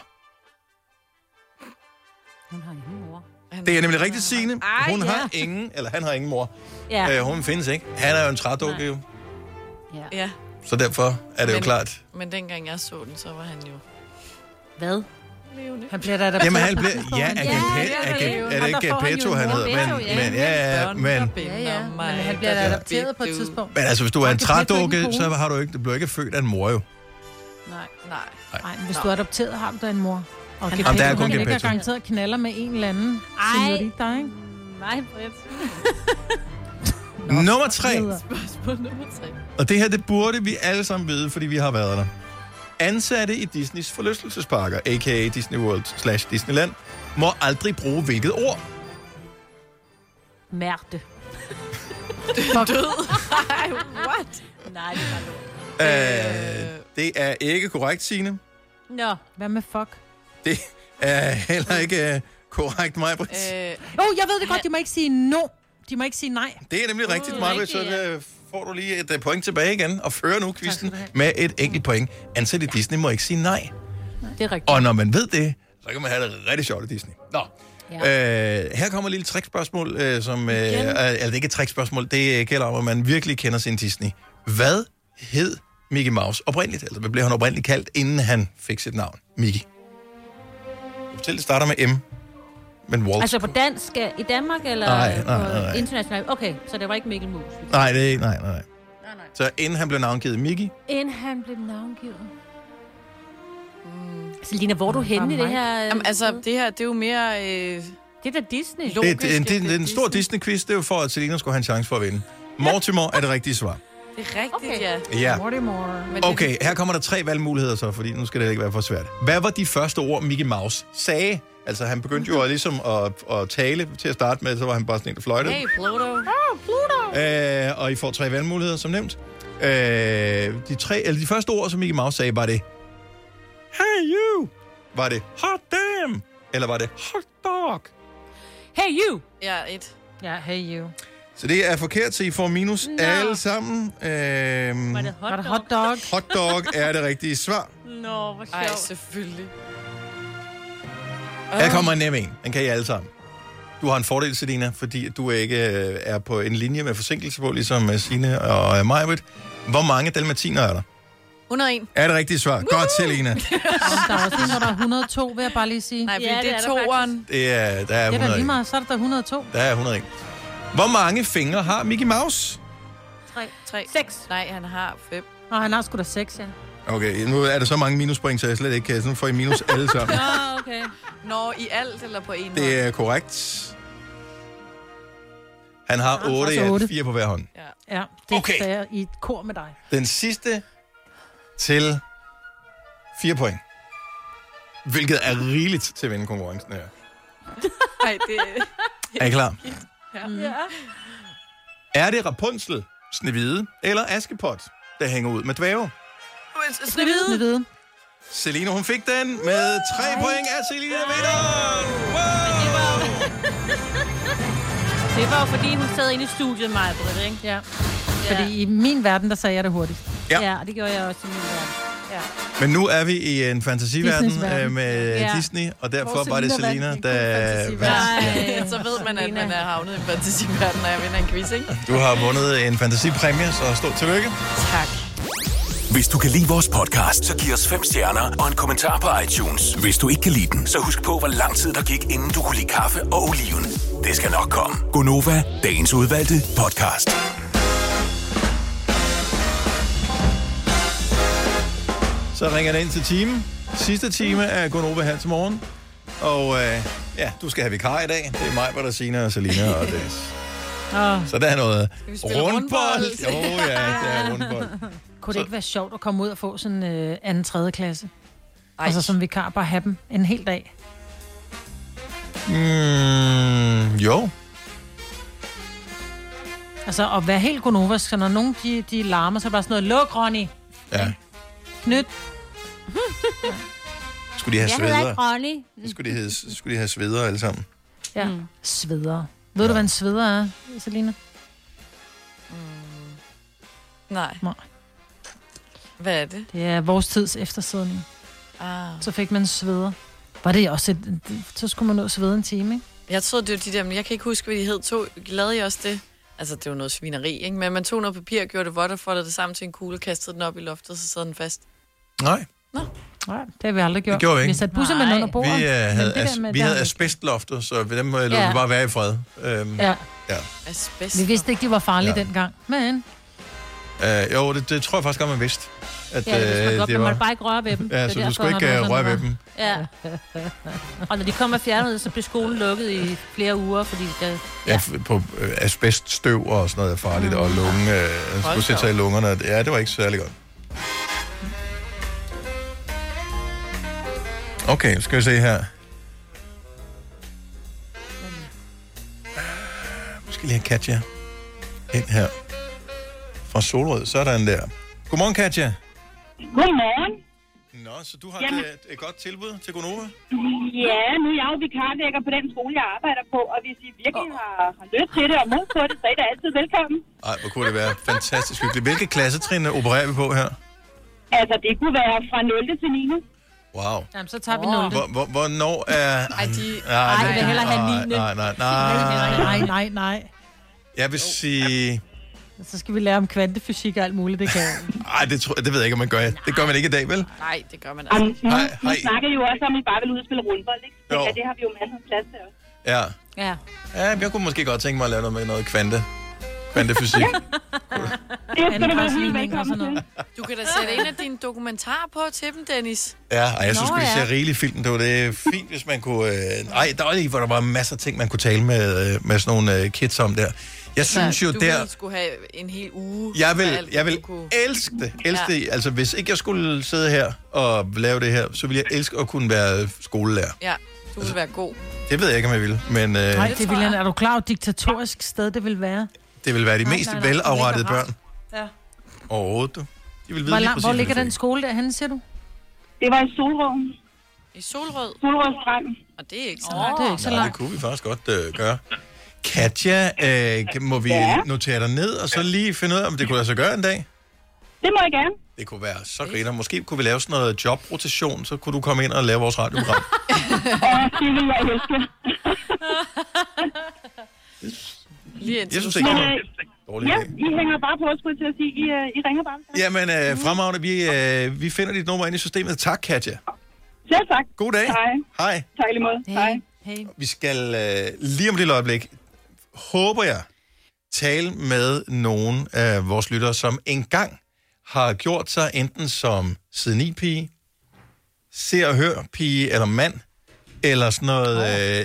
Hun har ingen mor. Det er nemlig rigtigt, Signe. Ej, Hun ja. har ingen, eller han har ingen mor. Ja. Øh, hun findes ikke. Han er jo en trædukke jo. Ja. ja. Så derfor er det jo Men- klart, Men dengang jeg så den, så var han jo... Hvad? Levende. Han bliver da adopteret. Jamen, han blev... Ja, Agent Ja, Pet, det er Agent, det. er det Og ikke der får han Gepetto, jo han en hedder? mor. Men, Gepetto, men, ja, ja, men... Ja, ja. Men han bliver da Ja. adopteret på et tidspunkt. Men altså, hvis du er en Og Gepetto er trædukke, ingen så kone. har du ikke, du bliver ikke født af en mor, jo. Nej, nej. Nej, men hvis du er adopteret, har du da en mor. Og Jamen, Gepetto, der er kun han ligger Gepetto. garanteret knaller med en eller anden. Ej. Så ikke dig, ikke? Nej, Britt. Nummer tre. Spørgsmål nummer tre. Og det her, det burde vi alle sammen vide, fordi vi har været der. Ansatte i Disneys forlystelsesparker, a.k.a. Disney World slash Disneyland, må aldrig bruge hvilket ord. Mærte. Død. Ej, what? Nej, det var lort. Øh, det er ikke korrekt, Signe. Nå. Hvad med fuck? Det er heller ikke øh, korrekt, mig. Åh, oh, jeg ved det godt, de må ikke sige no. De må ikke sige nej. Det er nemlig rigtigt, Uh, Maja, rigtigt, så øh, får du lige et øh, point tilbage igen, og fører nu quizzen med et enkelt point. Ansat i Disney må ikke sige nej. Det er rigtigt. Og når man ved det, så kan man have det rigtig sjovt i Disney. Nå. Ja. Øh, her kommer et lille trickspørgsmål, øh, som... Øh, Igen? er, altså, det er ikke et trickspørgsmål, det øh, gælder om, at man virkelig kender sin Disney. Hvad hed Mickey Mouse oprindeligt? Eller hvad blev han oprindeligt kaldt, inden han fik sit navn? Mickey. Jeg fortæller, det starter med M, men Walt... Altså på dansk øh, i Danmark, eller Nej, nej, på nej, nej. internationalt? Okay, så det var ikke Mikkel Mus. Nej, det er ikke... Nej, nej, nej. Så inden han blev navngivet Mickey, Inden han blev navngivet. Mm. Selina, hvor er du henne i det her? Jamen, altså, det her, det er jo mere... Øh, det er da Disney. Logisk, øh, det, er, det, det, det er en stor Disney-quiz. Det er jo for, at Selina skulle have en chance for at vinde. Mortimer er det rigtige svar. Det er rigtigt, okay. ja. Ja. Mortimer. Okay, her kommer der tre valgmuligheder så, fordi nu skal det ikke være for svært. Hvad var de første ord, Mickey Mouse sagde? Altså, han begyndte jo ligesom at, at tale til at starte med, så var han bare sådan en, der fløjtede. Hey, Pluto. Oh, Pluto. Øh, og I får tre valgmuligheder, som nævnt. Øh, de, tre, eller de første ord, som Mickey Mouse sagde, var det... Hey you! Var det hot damn? Eller var det hot dog? Hey you! Ja, et. Ja, hey you. Så det er forkert, så I får minus no. alle sammen. Øh, Var det hotdog? Var det hotdog? Hotdog er det rigtige svar. Nå, hvor sjovt. Ej, selvfølgelig. Ah. Her kommer en nem en. Den kan I alle sammen. Du har en fordel, Selina, fordi du ikke øh, er på en linje med forsinkelse på, ligesom øh, Signe og øh, Majbrit. Hvor mange dalmatiner er der? 101. Er det rigtige svar? Godt, Selina. Jamen, der er også en, hvor der er 102, vil jeg bare lige sige. Nej, fordi Ja, det det er er der toeren. Det er, der er Det er da lige 101. meget, så er der da 102. Der er 101. Hvor mange fingre har Mickey Mouse? 3. 3. 6. Nej, han har 5. Og han har sgu da 6, ja. Okay, nu er der så mange minuspoint, så jeg slet ikke kan. Sådan får I minus alle sammen. Nå, okay. Nå, i alt eller på en Det er korrekt. Han har har 8 i også otte. alt, 4 på hver hånd. Ja, det okay. sagde jeg i et kor med dig. Den sidste til 4 point. Hvilket er rigeligt til at vinde konkurrencen her. Nej, det... Er I klar? Ja. ja. Er det Rapunzel, Snevide eller Askepot, der hænger ud med dvæve? Snevide. Snevide. Selina, hun fik den med 3 point af Selina vinderen. Wow! Det var jo fordi, hun sad inde i studiet mig, Britt, ikke? Ja. Fordi i min verden, der sagde jeg det hurtigt. Ja. ja, og det gjorde jeg også i min verden. Ja. Men nu er vi i en fantasiverden Disneys verden. øh, med Ja. ja. Disney, og derfor Hvor var det Selina vandt Selina, der en øh, vandt. Nej, så ved man, at man er havnet i en fantasiverden, når jeg vinder en quiz, ikke? Du har vundet en fantasipræmie, så stort tillykke. Tak. Hvis du kan lide vores podcast, så giv os fem stjerner og en kommentar på iTunes. Hvis du ikke kan lide den, så husk på, hvor lang tid der gik, inden du kunne lide kaffe og oliven. Det skal nok komme. Gonova, Dagens udvalgte podcast. Så ringer det ind til timen. Sidste time er Gonova her til morgen. Og øh, ja, du skal have vikar i dag. Det er mig, hvor der Sina og Selina og det. Åh. Så der er noget vi spille rundbold. rundbold? Jo, ja, det er rundbold. Kunne det ikke være sjovt at komme ud og få sådan en øh, anden tredje klasse? Ej. Altså som vikar, bare have dem en hel dag. Mm, jo. Altså at være helt gonovask, så når nogen de, de larmer, så er det bare sådan noget, luk Ronny, Ja, knyt. skulle de have sveder. Ronny. Så skulle de have, så skulle de have sveder alle sammen. Ja, mm. sveder. Ved du, hvad en sveder er, Selina? Nej. Nej. Hvad er det? Det er vores tids eftersidning. Ah. Så fik man en sveder. Var det også et, så skulle man nå at svede en time, ikke? Jeg troede, det var de der, men jeg kan ikke huske, hvad de hed. To, lavede I også det? Altså, det var noget svineri, ikke? Men man tog noget papir, gjorde det vådt og foldede det sammen til en kugle, kastede den op i loftet, så sad den fast. Nej. Nej, det har vi aldrig gjort. Det gjorde vi ikke. Vi satte busserne under bordet. Vi, øh, Men havde, det der as, med- vi der- havde asbestlofter, så ved dem øh, lod Ja. vi bare være i fred. Øhm, Ja. ja. Asbest. Vi vidste ikke, de var farlige Ja. ja. dengang. Men Øh, jo, det, det tror jeg faktisk godt, man vidste. At, Ja, det vidste man øh, godt, man måtte bare ikke røre ved dem. Det Ja, er så derfor, du skulle han ikke var øh, sådan, røre han ved var. dem. Ja. Og når de kommer og fjerner det, så bliver skolen lukket i flere uger, fordi der... Ja, f- på øh, asbeststøv og sådan noget er farligt, og lunge, øh, Mm. Hold skulle sætte sig i da lungerne. Ja, det var ikke særlig godt. Okay, skal vi se her. Måske lige have Katja ind her. Fra Solrød, så er der en der. Godmorgen, Katja. Godmorgen. Nå, så du har Jamen. et, et godt tilbud til Gonova? Ja, nu er jeg jo vikarlægger på den skole, jeg arbejder på, og hvis I virkelig har, har lyst til det og mod på det, så er I da altid velkommen. Ej, hvor kunne det være fantastisk hyggeligt. Hvilke klassetrin opererer vi på her? Altså, det kunne være fra 0. til 9. Wow. Jamen, så tager vi Åh. nul. Hvor, hvor, hvornår er... Ej, de- nej, Ej, jeg vil hellere have nej, niende. Nej, nej, nej, nej. nej, nej. Jeg vil sige... Så skal vi lære om kvantefysik og alt muligt, det kan jeg. Ej, det, tror, det ved jeg ikke, om man gør. Det gør man ikke i dag, vel? Nej, det gør man altså. Nu, Hej, nu hej. snakker I jo også om, at I bare vil ud og spille rundbold, ikke? Jo. Ja, det har vi jo masser af plads til også. Ja. Ja. ja. Jeg kunne måske godt tænke mig at lave noget med noget kvante. Kvantefysik. Det skal du være helt Andengradsligning velkommen til. Du kan da sætte en af dine dokumentarer på til dem, Dennis. Ja, og jeg synes, Nå, vi ja. ser rigeligt film. Det var det fint, hvis man kunne... Øh... Ej, der var lige, hvor der var masser af ting, man kunne tale med, øh, med sådan nogle øh, kids om der. Jeg synes jo, du der... Du skulle have en hel uge. Jeg med vil, alt, jeg vil du kunne- elske det. Elske det. Altså, hvis ikke jeg skulle sidde her og lave det her, så ville jeg elske at kunne være skolelærer. Ja, du vil være god. Det ved jeg ikke, om jeg ville, men øh, Nej, det ville, er du klar over, diktatorisk sted det vil være? det vil være de Nej, mest nej, nej. velafrettede Det ligger børn Ja. overhovedet. du. De vil vide Hvor, lige lang, præcis, hvor hvad de ligger fik. den skole derhenne, siger du? Det var i Solrøden. I Solrød? Solrødstrand. Og det er ikke så Åh, det er ikke så Nå, langt. det kunne vi faktisk godt øh, gøre. Katja, øh, kan- må vi Ja. notere dig ned, og så lige finde ud af, om det kunne lade sig gøre en dag? Det må jeg gerne. Det kunne være så griner. Måske kunne vi lave sådan noget jobrotation, så kunne du komme ind og lave vores radioprogram. Og det vil jeg elske. Lige indtil Jeg synes du ikke, står- det er Dårlig øh, Ja, idé. I hænger bare på, skulle jeg til at sige. I, øh, I ringer bare. Jamen, øh, fremragende, vi, øh, vi finder dit nummer ind i systemet. Tak, Katja. Selv tak. God dag. Hej. Hej. Tak i lige måde. Hej. Hej. Vi skal øh, lige om et lille øjeblik, håber jeg, tale med nogen af vores lyttere, som engang har gjort sig enten som siden i pige se og hør pige eller mand, eller sådan noget,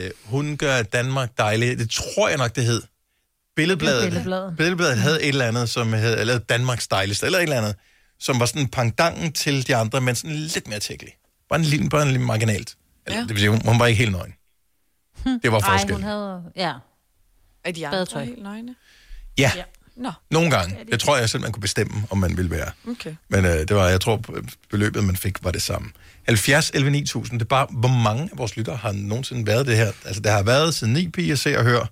øh, hun gør Danmark dejlig. Det tror jeg nok, det hed. Billedbladet, Det er Billedbladet. Billedbladet havde et eller andet, som havde eller Danmarks dejligste, eller et eller andet, som var sådan pangdangen til de andre, men sådan lidt mere tækkelig. Bare en lille, bare en lille marginalt. Eller, Ja. ja. Det vil sige, hun, hun var ikke helt nøgen. Det var Ej, forskel. hun havde... Ja. Er de andre Badetøj. helt nøgne? Ja, Nå, nogle gange. Det tror jeg selv, man kunne bestemme, om man ville være. okay. Men øh, det var, jeg tror, beløbet, man fik, var det samme. 70, 11, 9000, det er bare, hvor mange af vores lyttere har nogensinde været det her? Altså, der har været siden 9 piger, se og hør,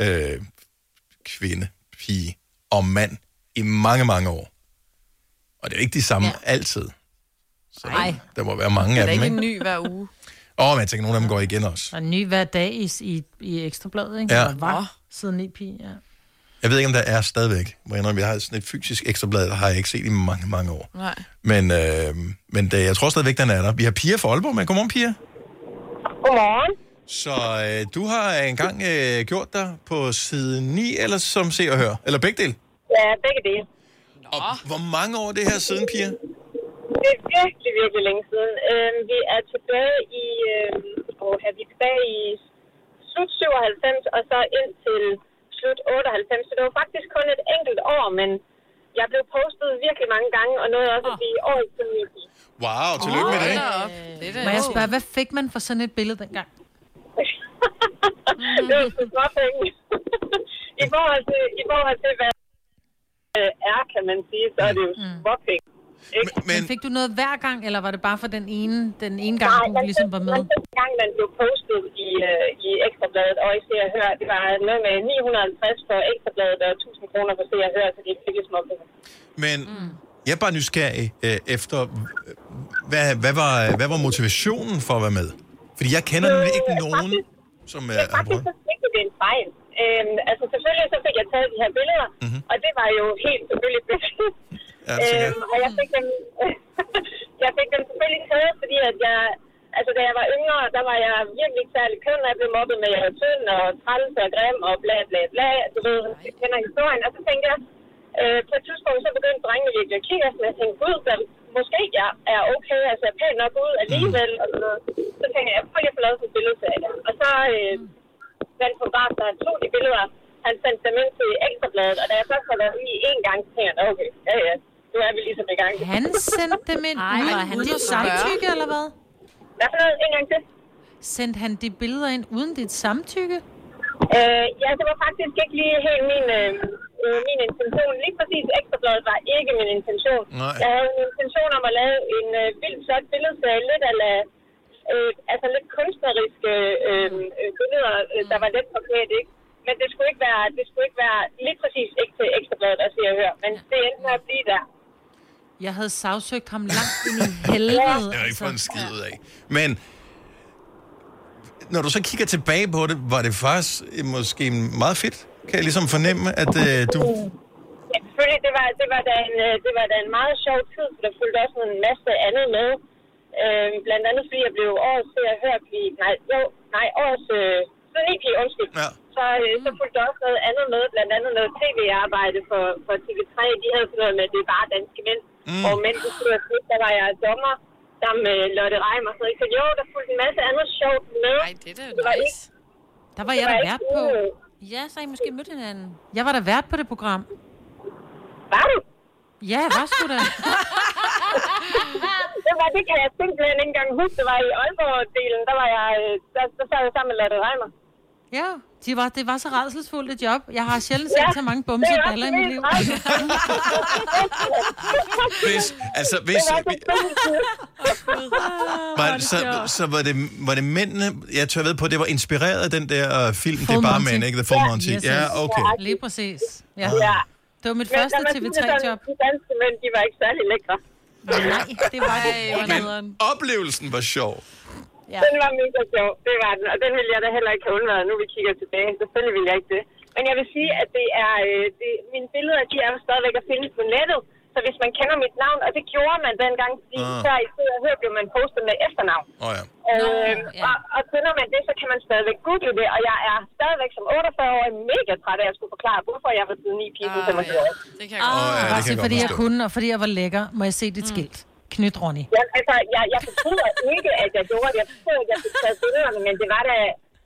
øh, kvinde, pige og mand i mange, mange år. Og det er jo ikke de samme ja. altid. Så der, der må være mange af er dem, ikke ikke? en ny hver uge. Åh, men jeg tænker, nogle af dem går igen også. Og en ny hver dag i, i, i Ekstrabladet, ikke? Ja. Der var siden 9 pige, ja. Jeg ved ikke, om der er stadigvæk. Må jeg indrømme, jeg har sådan et fysisk ekstrablad, der har jeg ikke set i mange, mange år. Nej. Men, øh, men det, jeg tror stadigvæk, den er der. Vi har Pia fra Aalborg med. Godmorgen, Pia. Godmorgen. Så øh, du har engang øh, gjort dig på side 9, eller som se og hør? Eller begge del? Ja, begge dele. Og hvor mange år er det her siden, Pia? Det er virkelig, virkelig længe siden. Øhm, vi er tilbage i, øhm, og her, vi er tilbage i slut 97, og så ind til slut 98. Så det var faktisk kun et enkelt år, men jeg blev postet virkelig mange gange, og nåede også at blive årets community. Wow, tillykke med det. Må jeg spørge, hvad fik man for sådan et billede dengang? Mm-hmm. det var sgu små penge. I forhold til, i forhold til hvad øh, er, kan man sige, så er det jo Mm. små penge. Ikke? Men, fik du noget hver gang, eller var det bare for den ene, den ene gang, du ligesom var med? Den gang, man blev postet i, øh, i Ekstrabladet, og i Se og Hør, det var noget med 950 for Ekstrabladet og 1000 kroner for Se og Hør, så det er virkelig små penge. Men jeg er bare nysgerrig øh, efter, øh, hvad, hvad, var, hvad var motivationen for at være med? Fordi jeg kender nemlig ikke nogen, som øh, har brugt. Så fik det en fejl. Øhm, altså selvfølgelig så fik jeg taget de her billeder, mm-hmm. og det var jo helt selvfølgelig bevidst. Ja, det tænker Ja, jeg. øhm, og jeg fik dem, jeg fik dem selvfølgelig taget, fordi at jeg, altså da jeg var yngre, der var jeg virkelig ikke særlig køn, og jeg blev mobbet med, at jeg var tynd og træls og grim og bla bla bla, du ved, jeg kender historien. Og så tænkte jeg, øh, på et tidspunkt, så begyndte drengene virkelig at kigge efter mig, og jeg tænkte, gud, der, måske jeg er okay, altså jeg er pæn nok ud alligevel, og sådan noget. Så tænkte jeg, jeg prøver lige at få lavet sådan et billede til jer. Og så, øh, vand på bar, så han tog de billeder. Han sendte dem ind til Ekstrabladet, og da jeg først havde været i en gang, så tænkte jeg, "Nå, okay, ja ja, nu er vi ligesom i gang. Han sendte dem ind Ej, var uden han han dit så samtykke, rørt. eller hvad? Hvad for noget? En gang til. Sendte han de billeder ind uden dit samtykke? Øh, ja, det var faktisk ikke lige helt min, øh, øh, min intention. Lige præcis Ekstrabladet var ikke min intention. Nej. Jeg havde en intention om at lave en øh, vildt flot billedserie, lidt ala, øh, altså lidt kunstneriske øh, øh, billeder, øh, der var lidt forklædt, ikke? Men det skulle ikke være, det skulle ikke være lige præcis ikke til Ekstrabladet, altså jeg hører. Men det endte med at blive der. Jeg havde sagsøgt ham langt ind i helvede. altså. Jeg har ikke fået en skid ud af. Men når du så kigger tilbage på det, var det faktisk øh, måske meget fedt. Kan jeg ligesom fornemme, at øh, du... Ja, selvfølgelig, det var, det, var da en, øh, det var da en meget sjov tid, for der fulgte også en masse andet med. Øhm, blandt andet fordi jeg blev årets til at høre blive, nej, jo, nej, årets øh, sydlige undskyld. Ja. Så, øh, så fulgte der også noget andet med, blandt andet noget tv-arbejde for, for TV3. De havde sådan noget med, at det er bare danske mænd. Mm. Mm. Og mænd, det skulle jeg sige, der var jeg dommer sammen med Lotte Reimer. Så, så jo, der fulgte en masse andet sjovt med. Nej, det er da var nice. ikke, Der var jeg der det var vært ikke på. ude. Ja, så har I måske mødt hinanden. Jeg var der vært på det program. Var du? Ja, jeg var sgu da. det, var, det kan jeg simpelthen ikke engang huske. Det var i Aalborg-delen, der var jeg, øh, der, der sad jeg sammen med Lotte Reimer. Ja, de var, det var så redselsfuldt et job. Jeg har sjældent set så mange bumser det er og baller i også mit liv. Hvis, altså, hvis, var, så, så var, det, var det mændene, jeg tør ved på, det var inspireret af den der øh, film, det er bare mænd, ikke? The Full Monty. Ja, okay. Lige præcis. Ja. ja. Det var mit Men første lad mig sige det sådan, TV3-job. De danske mænd, de var ikke særlig lækre. Nej, det var det. Ej, hvor Men oplevelsen var sjov. Ja. Den var mega sjov, det var den. Og den ville jeg da heller ikke have undværet, nu vi kigger tilbage. Selvfølgelig ville jeg ikke det. Men jeg vil sige, at det er, øh, det, mine billeder, de er jo stadigvæk at finde på nettet. Så hvis man kender mit navn, og det gjorde man dengang, fordi Ah. uh. før i stedet her blev man postet med efternavn. Åh oh, ja. Øh, og, og kender man det, så kan man stadigvæk google det, og jeg er stadigvæk som 48-årig mega træt af, at jeg skulle forklare, hvorfor jeg var siden 9 pige, som jeg var. Det Ah, Åh, ja, det bare kan jeg se, godt fordi jeg forstå. kunne, og fordi jeg var lækker, må jeg se dit skilt. Knyt, Ronny. Mm. Ja, altså, jeg, jeg fortryder ikke, at jeg gjorde det. Jeg fortryder ikke, at jeg fik taget billederne, men det var da...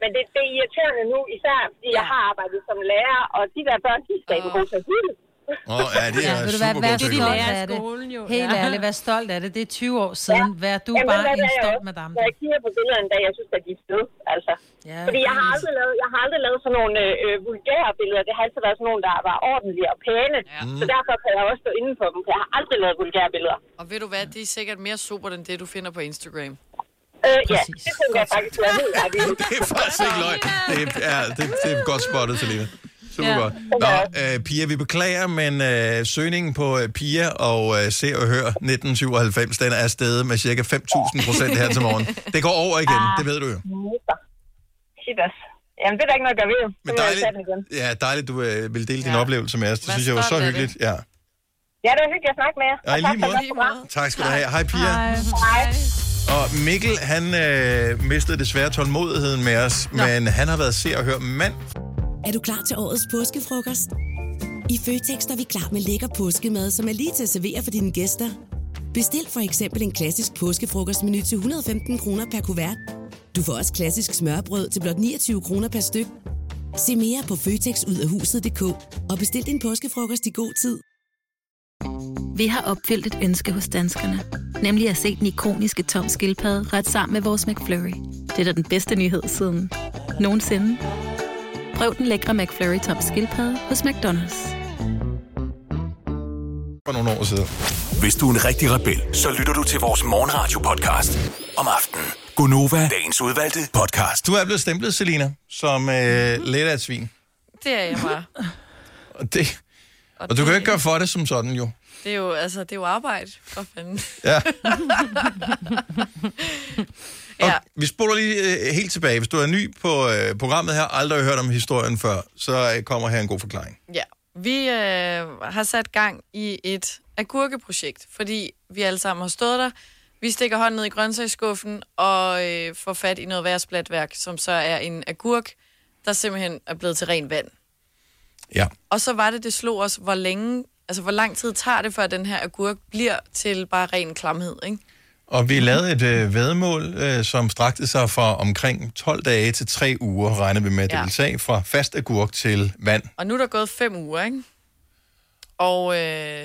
Men det, det er irriterende nu, især fordi jeg har arbejdet som lærer, og de der børn, de skal ikke bruge sig til det. Åh, oh, ja, det er ved ja, du super hvad, godt. vær til at stolt gøre. af det. skolen jo, Helt ja. ærligt, vær stolt af det. Det er 20 år siden. Vær du Jamen, bare hvad en er jeg stolt også? madame. Når jeg kigger på billederne en dag, jeg synes, at de er fede, altså. Ja, Fordi jeg har aldrig lavet, jeg har aldrig lavet sådan nogle øh, øh, vulgære billeder. Det har altid været sådan nogle, der var ordentlige og pæne. Ja. Så derfor kan jeg også stå inden for dem, for jeg har aldrig lavet vulgære billeder. Og ved du hvad, det er sikkert mere super, end det, du finder på Instagram. Øh, ja, det tænker jeg faktisk, jeg er helt ret i. Det er faktisk ikke løgn. Det er, ja, det, det er godt spottet, Selina. Super ja. godt. Nå, øh, Pia, vi beklager, men øh, søgningen på øh, Pia og øh, Se og Hør 1997, den er steget med cirka 5.000 procent her til morgen. Det går over igen, Ah. det ved du jo. Shit også. Jamen, det er der ikke noget at gøre ved. Så Men må jeg dejligt. tage den igen. Ja, dejligt, du øh, ville dele din oplevelse med os. Det Vær synes jeg var stolt så af hyggeligt. Ja. Ja, det var hyggeligt at snakke med jer. Ja, i Og tak lige for et måde. godt program. Tak skal du have. Hej, Pia. Hej. Og Mikkel, han øh, mistede desværre tålmodigheden med os, Nå. men han har været se og hør mand. Er du klar til årets påskefrokost? I Føtex er vi klar med lækker påskemad, som er lige til at servere for dine gæster. Bestil for eksempel en klassisk påskefrokostmenu til 115 kroner per kuvert. Du får også klassisk smørbrød til blot 29 kroner per styk. Se mere på føtexudafhuset.dk og bestil din påskefrokost i god tid. Vi har opfyldt et ønske hos danskerne. Nemlig at se den ikoniske tom skildpadde ret sammen med vores McFlurry. Det er da den bedste nyhed siden nogensinde. Prøv den lækre McFlurry tom skildpadde hos McDonald's. For nogle år siden. Hvis du er en rigtig rebel, så lytter du til vores morgenradio-podcast om aftenen. Gunova, dagens udvalgte podcast. Du er blevet stemplet, Selina, som øh, Mhm. lidt af et svin. Det er jeg bare. Og, det, og du kan jo ikke gøre for det som sådan, jo. Det er jo, altså, det er jo arbejde, for fanden. Ja. Og vi spoler lige øh, helt tilbage. Hvis du er ny på øh, programmet her, aldrig har hørt om historien før, så øh, kommer her en god forklaring. Ja, vi øh, har sat gang i et agurkeprojekt, fordi vi alle sammen har stået der. Vi stikker hånden ned i grøntsagsskuffen og øh, får fat i noget værtsblatværk, som så er en agurk, der simpelthen er blevet til ren vand. Ja. Og så var det, det slog os, hvor længe, altså hvor lang tid tager det, før den her agurk bliver til bare ren klamhed, ikke? Og vi lavede et øh, vedmål, øh, som strakte sig fra omkring 12 dage til 3 uger, regnede vi med, at det Ja. ville tage, fra fast agurk til vand. Og nu er der gået fem uger, ikke? Og øh,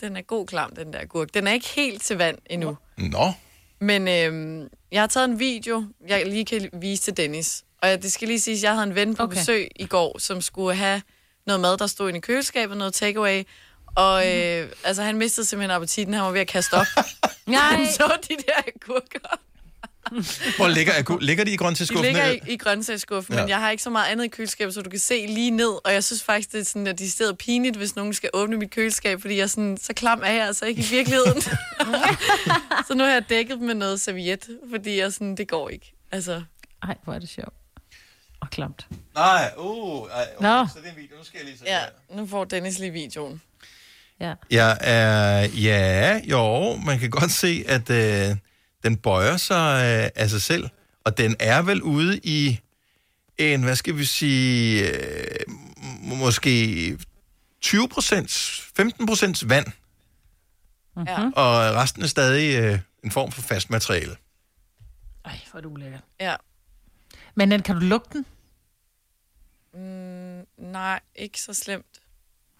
den er god klam, den der agurk. Den er ikke helt til vand endnu. Nå, Men øh, jeg har taget en video, jeg lige kan vise til Dennis. Og jeg- det skal lige siges, jeg havde en ven på okay. besøg i går, som skulle have noget mad, der stod inde i køleskabet, noget takeaway. Og øh, altså, han mistede simpelthen appetitten, han var ved at kaste op. Nej. Han så de der agurker. hvor ligger, agur- ligger de i De grøntsagsskuffen? ligger eller- i, i grøntsagsskuffen, ja. Ja. men jeg har ikke så meget andet i køleskabet, så du kan se lige ned. Og jeg synes faktisk, det er sådan, at de steder pinligt, hvis nogen skal åbne mit køleskab, fordi jeg er sådan, så klam er jeg altså ikke i virkeligheden. så nu har jeg dækket dem med noget serviet, fordi jeg sådan, det går ikke. Altså, Ej, hvor er det sjovt. Og klamt. Nej, uh, ej, okay, Nå. så det er en video, nu skal jeg lige se. ja, nu får Dennis lige videoen. Ja. Jeg er, ja, jo, man kan godt se, at øh, den bøjer sig øh, af sig selv, og den er vel ude i en, hvad skal vi sige, øh, må- måske 20 15 vand, Ja. og resten er stadig øh, en form for fast materiale. Ej, hvor er det ulækkert. Ja. Men den, kan du lugte den? Mm, nej, ikke så slemt.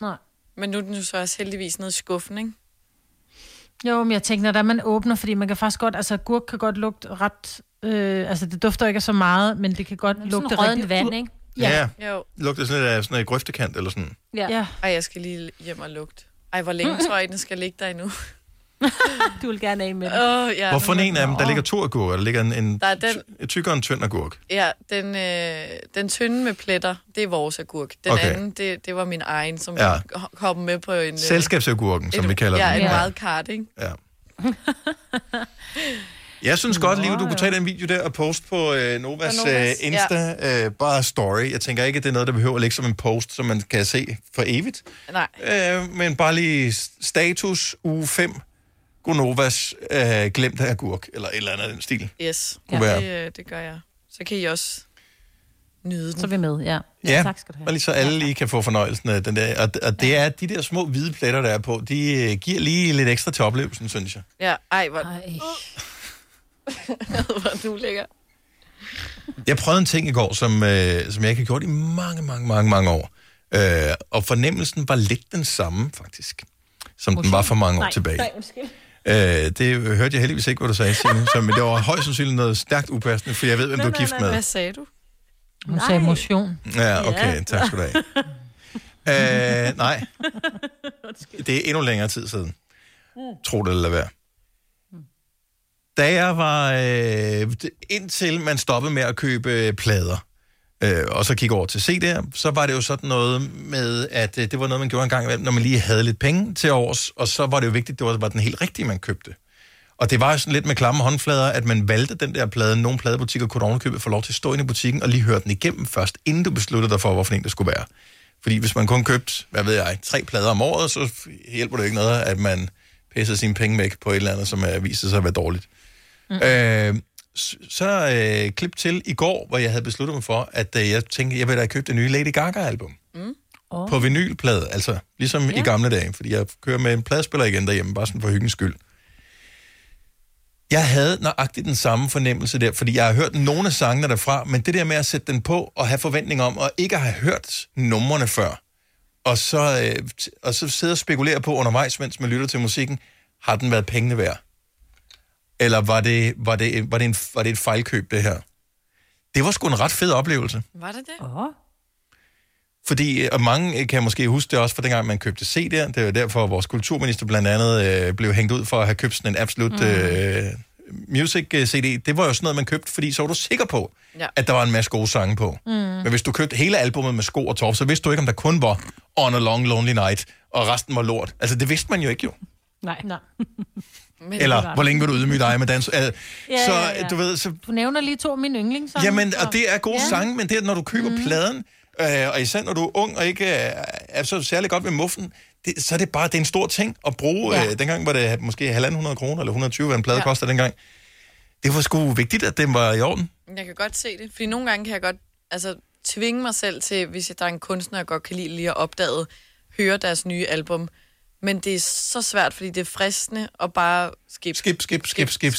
Nej. Men nu er den jo så også heldigvis nede i skuffen, ikke? Jo, men jeg tænker, når der man åbner, fordi man kan faktisk godt, altså gurk kan godt lugte ret, øh, altså det dufter ikke af så meget, men det kan godt Men sådan lugte råddent rigtig vand, ud. ikke? Ja. Jo. Lugter sådan lidt af sådan en grøftekant eller sådan. Ja. ja. Ej, jeg skal lige hjem og lugte. Ej, hvor længe tror I, den skal ligge der endnu? Du vil gerne af med den. Åh, ja. Hvorfor en af dem, der ligger to agurker? Der ligger en, en Der er den- ty- tyk og en tynd agurk. Ja, den, øh, den tynde med pletter, det er vores agurk. Den Okay. okay. anden, det, det var min egen, som Ja. ja. kom med på en... øh, Selskabsagurken, som et, vi kalder ja, den. Ja, en wildcard, ikke? Ja. Jeg synes godt, Liv, du kunne tage den video der og poste på øh, Novas På øh, Novas, Insta, øh, bare story. Jeg tænker ikke, at det er noget, der behøver at ligge som en post, som man kan se for evigt. Nej. Øh, men bare lige status uge 5, Gonovas øh, glemte agurk, eller et eller andet af den stil. Yes, Kunne være. det, øh, det gør jeg. Så kan I også nyde den. Så er vi med, ja. Ja, tak skal du og lige så alle lige kan få fornøjelsen af den der. Og, og det er de der små hvide pletter, der er på, de øh, giver lige lidt ekstra til oplevelsen, synes jeg. Ja, ej, hvor... Ej. hvor du ligger. Jeg prøvede en ting i går, som, øh, som jeg ikke har gjort i mange, mange, mange, mange år. Øh, og fornemmelsen var lidt den samme, faktisk, som den var for mange år Nej, tilbage. nej, undskyld. Øh, det hørte jeg heldigvis ikke, hvad du sagde, Signe. Så, men det var højst sandsynligt noget stærkt upassende, for jeg ved, hvem du er gift Hvad med. sagde du? Hun sagde motion. Ja, okay. Tak skal du have. Øh, nej, det er endnu længere tid siden. Tro det eller lad være. Da jeg var... Øh, d- indtil man stoppede med at købe øh, plader, øh, og så kigge over til CD'er, så var det jo sådan noget med, at øh, det var noget, man gjorde en gang imellem, når man lige havde lidt penge til års, og så var det jo vigtigt, at det var, var den helt rigtige, man købte. Og det var jo sådan lidt med klamme håndflader, at man valgte den der plade. Nogle pladebutikker kunne ovenkøbet få lov til at stå inde i butikken og lige høre den igennem først, inden du besluttede dig for, hvorfor en det skulle være. Fordi hvis man kun købte, hvad ved jeg, tre plader om året, så hjælper det jo ikke noget, at man pisser sine penge væk på et eller andet, som er, viser sig at være dårligt. Mm. Øh, s- så øh, klip til i går, hvor jeg havde besluttet mig for, at øh, jeg tænkte, jeg vil da købe det nye Lady Gaga-album. Oh. På vinylplade, altså ligesom ja. i gamle dage, fordi jeg kører med en pladespiller igen derhjemme, bare sådan for hyggens skyld. Jeg havde nøjagtigt den samme fornemmelse der, fordi jeg har hørt nogle af sangene derfra, men det der med at sætte den på og have forventning om, og ikke have hørt numrene før, og så, øh, t- og så sidde og spekulere på undervejs, mens man lytter til musikken, har den været pengene værd? Eller var det, var det, var det, en, var det et fejlkøb, det her? Det var sgu en ret fed oplevelse. Var det det? Oh. Fordi, øh, og mange øh, kan måske huske det også fra dengang, man købte CD'er. Det var derfor, at vores kulturminister blandt andet øh, blev hængt ud for at have købt sådan en absolut Mm. mm. øh, music-CD. Det var jo sådan noget, man købte, fordi så var du sikker på, Ja. at der var en masse gode sange på. Mm. Mm. Men hvis du købte hele albummet med sko og torv, så vidste du ikke, om der kun var On a Long Lonely Night, og resten var lort. Altså, det vidste man jo ikke jo. Nej. Nej. Men Eller, hvor længe vil du ydmyge dig med dans? Øh, så, du ved, så Du nævner lige to af mine yndlingssange. Jamen, og det er gode Ja. ja. sange, men det er, når du køber mm. pladen, øh, og især når du er ung og ikke øh, er så særlig godt med muffen, det, så er det bare det er en stor ting at bruge. Ja. Ja. Øh, dengang var det måske 1.500 kroner, eller 120, hvad en plade Ja. ja. koster dengang. Det var sgu vigtigt, at den var i orden. Jeg kan godt se det, fordi nogle gange kan jeg godt altså, tvinge mig selv til, hvis jeg, der er en kunstner, jeg godt kan lide lige at opdage, høre deres nye album. Men det er så svært, fordi det er fristende at bare skip. Skip, skip, skip, skip, skip.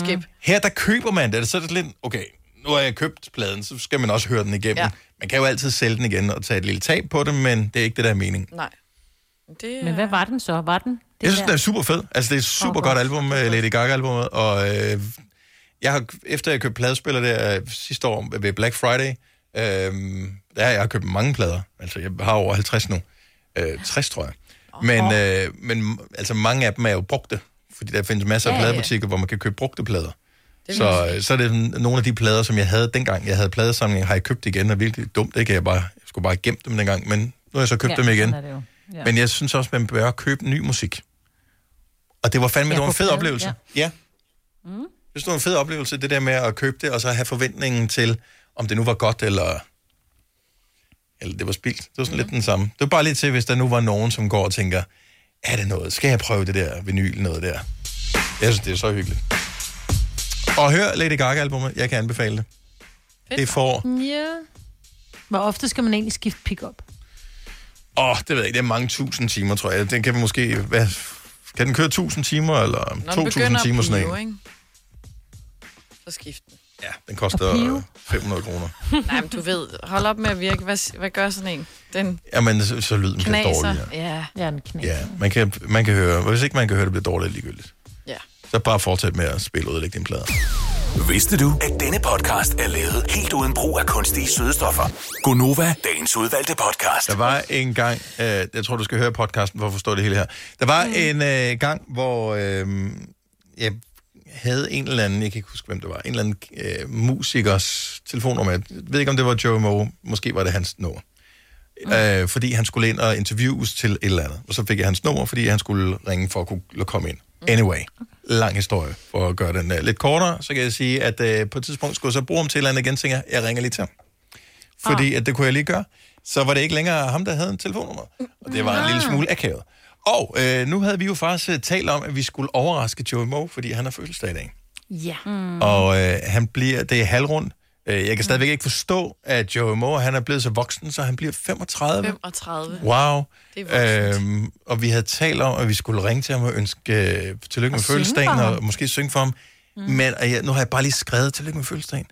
skip. Mm. Her der køber man det, så er det lidt, okay, nu har jeg købt pladen, så skal man også høre den igennem. Ja. Ja. Man kan jo altid sælge den igen og tage et lille tab på det, men det er ikke det, der er meningen. Nej. Det, Men hvad var den så? Var den? Det jeg synes, den er super fed. Altså, det er et super oh, godt album, øh, Lady Gaga-albumet. Og øh, jeg har, efter jeg købte pladespiller der øh, sidste år ved Black Friday, øh, der har jeg købt mange plader. Altså, jeg har over 50 nu. Øh, 60, tror jeg. Men, øh, men altså, mange af dem er jo brugte. Fordi der findes masser af Ja, ja. pladebutikker, hvor man kan købe brugte plader. Det vil Så, jeg øh, så er det sådan nogle af de plader, som jeg havde dengang, jeg havde pladesamling, har jeg købt igen, og virkelig dumt, ikke? Jeg, bare, jeg skulle bare have gemt dem dengang, men nu har jeg så købt ja, dem igen. Ja. Men jeg synes også, man bør købe ny musik. Og det var fandme, ja, Ja, det var på en fed plade, oplevelse. ja. Ja. ja. Mm. Det var en fed oplevelse, det der med at købe det, og så have forventningen til, om det nu var godt, eller, eller det var spildt. Det var sådan mm. lidt den samme. Det var bare lidt til, hvis der nu var nogen, som går og tænker, er det noget? Skal jeg prøve det der vinyl noget der? Jeg synes, det er så hyggeligt. Og hør Lady Gaga-albumet. Jeg kan anbefale det. Det får... Ja. Hvor ofte skal man egentlig skifte pick-up? Åh, oh, det ved jeg ikke. Det er mange tusind timer, tror jeg. Den kan vi måske... Hvad, kan den køre 1000 timer, eller Når den 2000 begynder at timer sådan pive, en? ikke? Så skift den. Ja, den koster At pive? øh, 500 kroner. Nej, men du ved, hold op med at virke. Hvad, hvad gør sådan en? Den Jamen, så, så lyden bliver knaser. dårligere. Ja. Ja, den knaser. Ja, man kan, man kan høre... Hvis ikke man kan høre, det bliver dårligt ligegyldigt. Ja. Så bare fortsæt med at spille og ødelægge dine plader. Vidste du, at denne podcast er lavet helt uden brug af kunstige sødestoffer? Gonova, Dagens udvalgte podcast. Der var en gang, øh, jeg tror, du skal høre podcasten for at forstå det hele her. Der var mm. en øh, gang, hvor øh, jeg havde en eller anden, jeg kan ikke huske, hvem det var, en eller anden øh, musikers telefonnummer. Jeg ved ikke, om det var Joe Moe, måske var det hans nummer. Mm. Øh, fordi han skulle ind og interviews til et eller andet. Og så fik jeg hans nummer, fordi han skulle ringe for at kunne komme ind. Anyway, lang historie for at gøre den øh, lidt kortere. Så kan jeg sige, at øh, på et tidspunkt skulle jeg så bruge ham til et eller andet igen, tænker jeg, jeg ringer lige til ham fordi at det kunne jeg lige gøre. Så var det ikke længere ham, der havde en telefonnummer. Og det var en lille smule akavet. Og øh, nu havde vi jo faktisk øh, talt om, at vi skulle overraske Joey Moe, fordi han har fødselsdag i dag. Ja. Mm. Og øh, han bliver, det er halvrund. Øh, jeg kan stadigvæk ikke forstå, at Joey Moe, han er blevet så voksen, så han bliver 35. 35. Wow. Det er Øhm, og vi havde talt om, at vi skulle ringe til ham og ønske øh, tillykke Og med synge fødselsdagen, for ham. og måske synge for ham. Mm. Men og jeg, nu har jeg bare lige skrevet tillykke med fødselsdagen.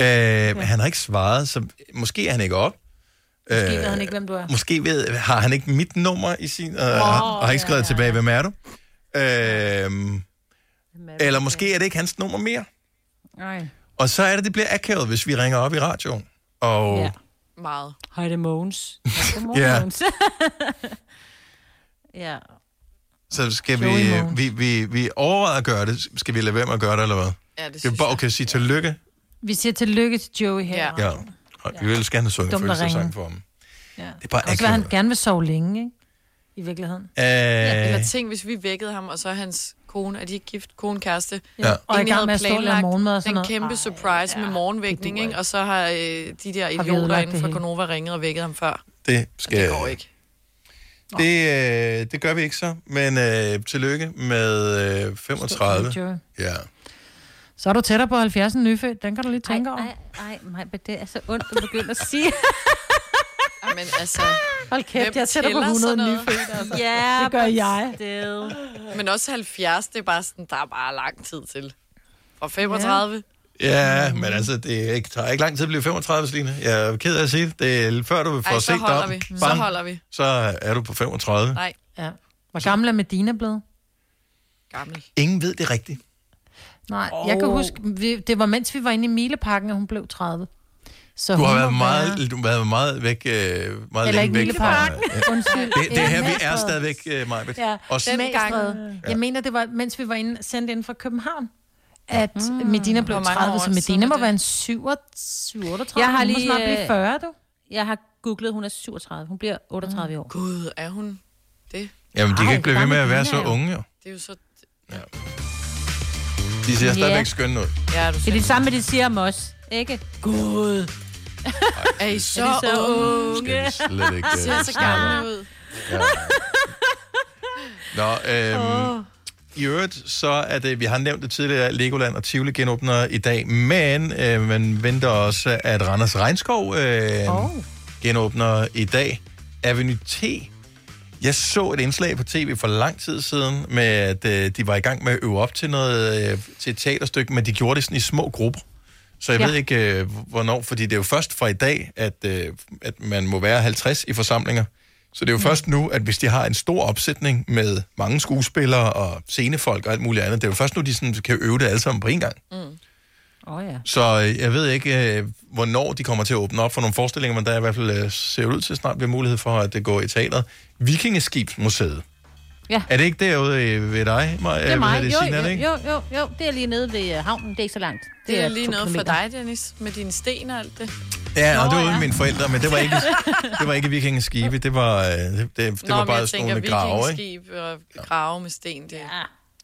Øh, Men han har ikke svaret, så måske er han ikke op. Øh, Måske ved han ikke, hvem du er. Måske ved, har han ikke mit nummer i sin, øh, oh, har, har ikke skrevet ja, ja. tilbage, hvem er du? Øh, eller måske er det ikke hans nummer mere. Nej. Og så er det, det bliver akavet, hvis vi ringer op i radioen. Og ja. Meget. Hej, det er Mogens. Godmorgen, Ja. Mogens. ja. Så skal Chloe vi, øh, Mogens. vi, vi, vi overvejer at gøre det. Skal vi lade være med at gøre det, eller hvad? Ja, det skal vi bare okay, sige tillykke? Vi siger tillykke til Joey her. Ja. Og vi vil gerne søge Dumt at ringe. følelsesang for ham. Ja. Det er bare Det kan også være, akavet. han gerne vil sove længe, ikke? I virkeligheden. Øh, Ja, eller ting, hvis vi vækkede ham, og så hans kone, er de ikke gift, kone, kæreste, Ja. Og i egentlig gang havde med at stå og lave planlagt morgenmad og sådan den noget. kæmpe Ej, surprise med morgenvækning, ikke? og så har øh, de der idioter ødelagt inden det fra hele. Konova ringet og vækket ham før. det skal... Det går ikke. Det, øh, det gør vi ikke så, men øh, tillykke med øh, 35. Stort tillykke. Ja. Så er du tættere på 70 en nyfødt. Den kan du lige tænke over. Nej, nej, men det er så ondt, du begynder at sige. Men altså... Hold kæft, hvem jeg er tættere på tæller sådan 100 noget? nyfødte. Altså. Ja, det gør but jeg. Still. Men også 70, det er bare sådan, der er bare lang tid til. Fra 35. Ja. Ja, men altså, det er ikke, tager ikke lang tid at blive 35, Stine. Jeg er ked af at sige det. det. er- Før du får Ej, så set dig holder om, vi. Så bang, holder vi. Så er du på 35. Nej. Ja. Hvor gammel er Medina blevet? Gammel. Ingen ved det rigtigt. Nej, Åh. oh. jeg kan huske, vi, det var mens vi var inde i Mileparken, at hun blev 30. Så du hun har må været være- meget, du har været meget væk, øh, meget Eller længe ikke væk fra... Mileparken. Ja. Undskyld. Det, det er Ja, her, vi er Magstræde. stadigvæk, øh, Majbet. Ja, Også- den gang. Jeg mener, det var, mens vi var inde, sendt ind fra København, at Medina blev Hvor mange 30, år så siden Medina er må det? være en 37, 38. Jeg har Hun må lige... snart blive øh, 40, du. Jeg har googlet, hun er 37. Hun bliver 38 mm. år. Gud, er hun det? Jamen, de kan Ej, ikke blive ved gammel med at være Medina så er jo- unge, jo. Det er jo så... De ser Ja. stadigvæk skønne ud. Ja, du det er det samme, de siger om os, ikke? Gud. Er I er så, de så unge? Ah, unge? Skal vi slet ikke, øh, Ser så snakke om. gamle ud. Ja. Nå, øhm, oh. i øvrigt, så er det, vi har nævnt det tidligere, Legoland og Tivoli genåbner i dag, men øh, man venter også, at Randers Regnskov øh, oh. genåbner i dag. Avenue T. Jeg så et indslag på tv for lang tid siden, med at øh, de var i gang med at øve op til, noget, øh, til et teaterstykke, men de gjorde det sådan i små grupper. Så jeg ja. Ja. ved ikke, øh, hvornår, fordi det er jo først fra i dag, at, øh, at man må være 50 i forsamlinger. Så Mm. det er jo først nu, at hvis de har en stor opsætning med mange skuespillere og scenefolk og alt muligt andet, det er jo først nu, de sådan kan øve det alle sammen på én gang. Mm. Åh oh, ja. Så øh, jeg ved ikke, øh, hvornår de kommer til at åbne op for nogle forestillinger, men der er i hvert fald øh, ser ud til snart bliver mulighed for, at det går i teateret. Vikingeskibsmuseet. Ja. Er det ikke derude øh, ved dig, Maja? Det er mig. Det, jo, Signe, er det ikke? jo, jo, jo, jo, det er lige nede ved øh, havnen. Det er ikke så langt. Det er lige to noget for kilometer. dig, Dennis, med dine sten og alt det. Ja, og det var ude med mine forældre, men det var ikke, det var ikke vikingeskibe, det var, øh, det, det, det Nå, var men bare jeg sådan tænker, nogle grave, ikke? vikingeskib og grave med sten, det ja.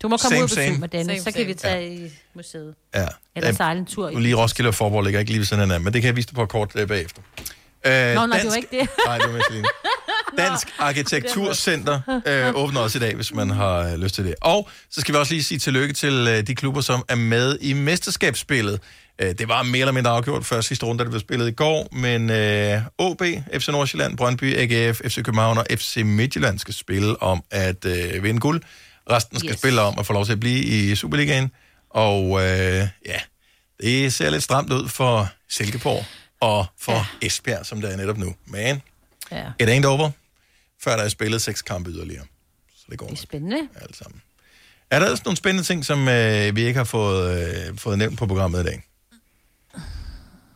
Du må komme Same, ud og besøge same. mig, Dennis. Same, Så same. kan vi tage i museet. Ja. Eller sejle en tur i. Nu lige Roskilde og Forborg ligger ikke lige ved siden af hinanden, men det kan jeg vise dig på et kort øh, bagefter. Øh, Nå, nej, det var dansk, ikke det. Nej, det var mest lige. Dansk Arkitekturcenter øh, åbner også i dag, hvis man har øh, lyst til det. Og så skal vi også lige sige tillykke til øh, de klubber, som er med i mesterskabsspillet. Øh, det var mere eller mindre afgjort før sidste runde, da det blev spillet i går, men øh, OB, FC Nordsjælland, Brøndby, AGF, FC København og FC Midtjylland skal spille om at øh, vinde guld. Resten skal yes. spille om at få lov til at blive i Superligaen. Og øh, ja, det ser lidt stramt ud for Silkeborg og for ja. Esbjerg, som der er netop nu. Men Ja. It ain't over, før der er spillet seks kampe yderligere. Så det går nok. Spændende. Alt sammen. Er der ellers nogle spændende ting, som øh, vi ikke har fået, øh, fået nævnt på programmet i dag?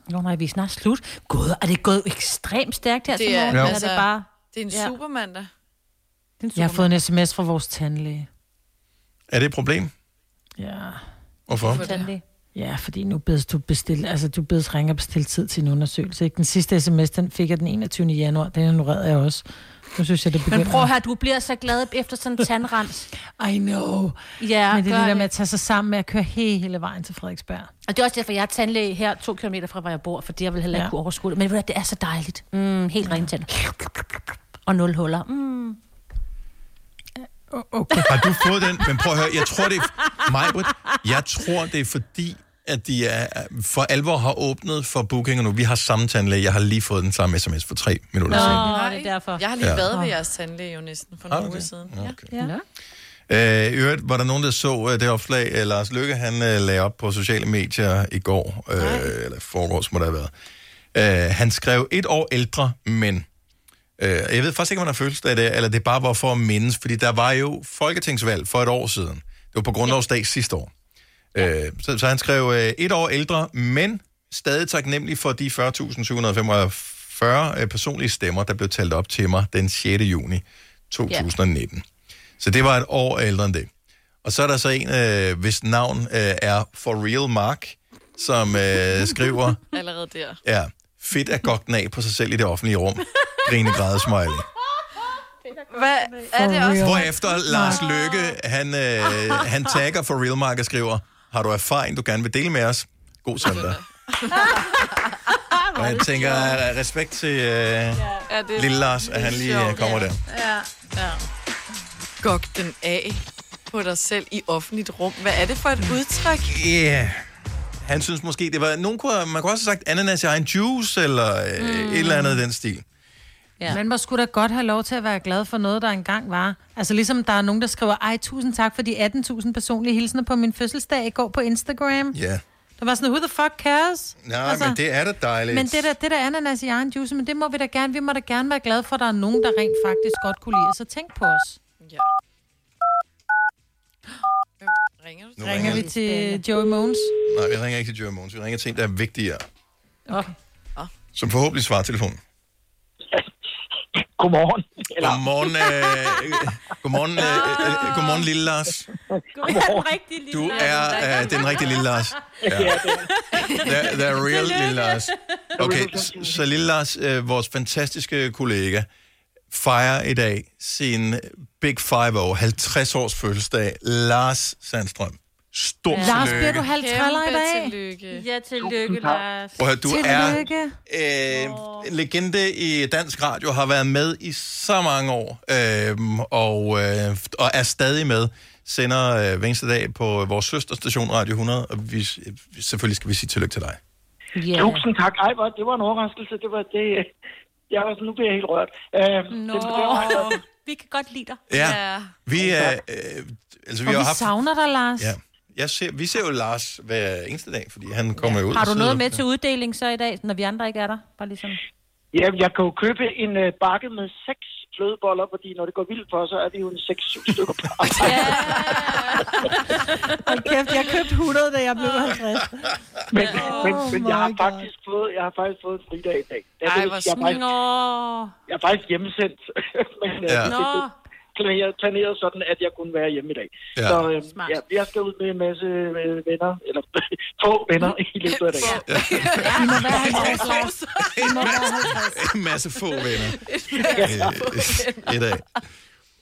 Nå nej, vi er snart slut. Gud, er det gået ekstremt stærkt her til Det er, morgen? ja. Ja. altså, Er det bare... det er en ja. Ja. supermandag. Jeg har fået en sms fra vores tandlæge. Er det et problem? Ja. Hvorfor? Tandlæge. Ja, fordi nu bedes du bestille, altså du bedes ringe og bestille tid til en undersøgelse. Ikke? Den sidste sms, den fik jeg den 21. januar, den ignorerede jeg også. Nu synes jeg, det begynder. Men prøv her, du bliver så glad efter sådan en tandrens. I know. Ja, Men det er det gør der det. med at tage sig sammen med at køre hele vejen til Frederiksberg. Og det er også derfor, jeg er tandlæge her to kilometer fra, hvor jeg bor, fordi jeg vil heller ikke Ja. ja. kunne overskue det. Men ved du, hvad, det er så dejligt. Mm, helt ja. rent tænder. Og nul huller. Mm. Okay. Har du fået den? Men prøv at høre, jeg tror det er... Majbrit, jeg tror det er fordi, at de er, for alvor har åbnet for bookinger nu. Vi har samme tandlæge. Jeg har lige fået den samme sms for tre Nå, minutter siden. nej, det er derfor. Jeg har lige Ja. ja. været ved jeres tandlæge jo næsten for Har du nogle uger det? siden. Nå, Ja. Ja. Øh, I øvrigt var der nogen, der så øh, det opslag, øh, Lars Lykke, han øh, lagde op på sociale medier i går, øh, eller foregårs må det have været. Øh, han skrev et år ældre, men... Øh, jeg ved faktisk ikke, om han har følelse af det, eller det bare var for at mindes, fordi der var jo folketingsvalg for et år siden. Det var på grundlovsdag sidste år. Øh, så, så han skrev øh, et år ældre, men stadig taknemmelig for de 40.745 øh, personlige stemmer, der blev talt op til mig den 6. juni 2019. Så det var et år ældre end det. Og så er der så en, øh, hvis navn øh, er For Real Mark, som øh, skriver, Allerede der. ja, Fedt at godt den af på sig selv i det offentlige rum. Grine græde smiley. Hvad er det også? Hvorefter Lars Løkke, han, øh, han tagger for Real Mark og skriver, har du erfaring, du gerne vil dele med os? God søndag. Og jeg tænker, øh, respekt til øh, Ja, det- lille Lars, at han lige øh, kommer der. Ja, ja. Gok den af på dig selv i offentligt rum. Hvad er det for et udtryk? Yeah. Han synes måske, det var... Nogen kunne, man kunne også have sagt ananas i egen juice, eller øh, Mm. et eller andet i den stil. Ja. Man må sgu da godt have lov til at være glad for noget, der engang var. Altså ligesom der er nogen, der skriver, ej, tusind tak for de 18.000 personlige hilsener på min fødselsdag i går på Instagram. Ja. Der var sådan, who the fuck cares? Nej, altså, men det er da dejligt. Men det der, det der ananas i egen juice, men det må vi da gerne, vi må da gerne være glade for, at der er nogen, der rent faktisk godt kunne lide os og tænke på os. Ja. Ringer du? Nu ringer, ringer vi vi. til Joey Mogens. Nej, vi ringer ikke til Joe Mogens. Vi ringer til en, der er vigtigere. Okay. Som forhåbentlig svarer telefonen. Godmorgen. Godmorgen, øh, godmorgen, øh, øh, øh, godmorgen, lille Lars. Du er øh, den rigtige lille Lars. Ja. The, the real lille Lars. Okay, s- så lille Lars, øh, vores fantastiske kollega, fejrer i dag sin Big Five over 50 års fødselsdag. Lars Sandstrøm. Stor ja. Lars, bliver du tillykke. halv træller i Kæmpe dag? tillykke. Ja, tillykke, Lars. Prøv at høre, du er- Tillykke. Øh, legende i dansk radio, har været med i så mange år, øh, og, øh, og er stadig med. Sender øh, hver eneste dag på vores søsterstation Radio 100, og vi, øh, selvfølgelig skal vi sige tillykke til dig. Yeah. Tusind tak. Ej, hvor, det var en overraskelse. Det var det... Jeg var sådan, nu bliver jeg helt rørt. Øhm, Nå, det, det var, vi kan godt lide dig. Ja. Vi, er, øh, altså, vi Og har vi haft, savner dig, Lars. ja, jeg ser, vi ser jo Lars hver eneste dag, fordi han kommer ja. ud. Har og du sidder- noget med til uddeling så i dag, når vi andre ikke er der? Bare ligesom. ja, jeg kan jo købe en øh, bakke med seks flødeboller, fordi når det går vildt for, så er det jo en 6-7 stykker. Hold kæft, jeg købte 100, da jeg blev 50. Men, men, men jeg, har my faktisk fået, jeg har faktisk fået en fridag i dag. Jeg, Ej, ved hvor ikke, jeg, er faktisk, snor. jeg er faktisk hjemmesendt. men øh, Ja. det- det- Nå. planeret, planeret sådan, at jeg kunne være hjemme i dag. Ja. Så øh, ja, jeg skal ud med en masse øh, venner, eller få venner i løbet af dagen. I må være 50, Lars. I må være 50. en masse få venner. masse Øh, I dag.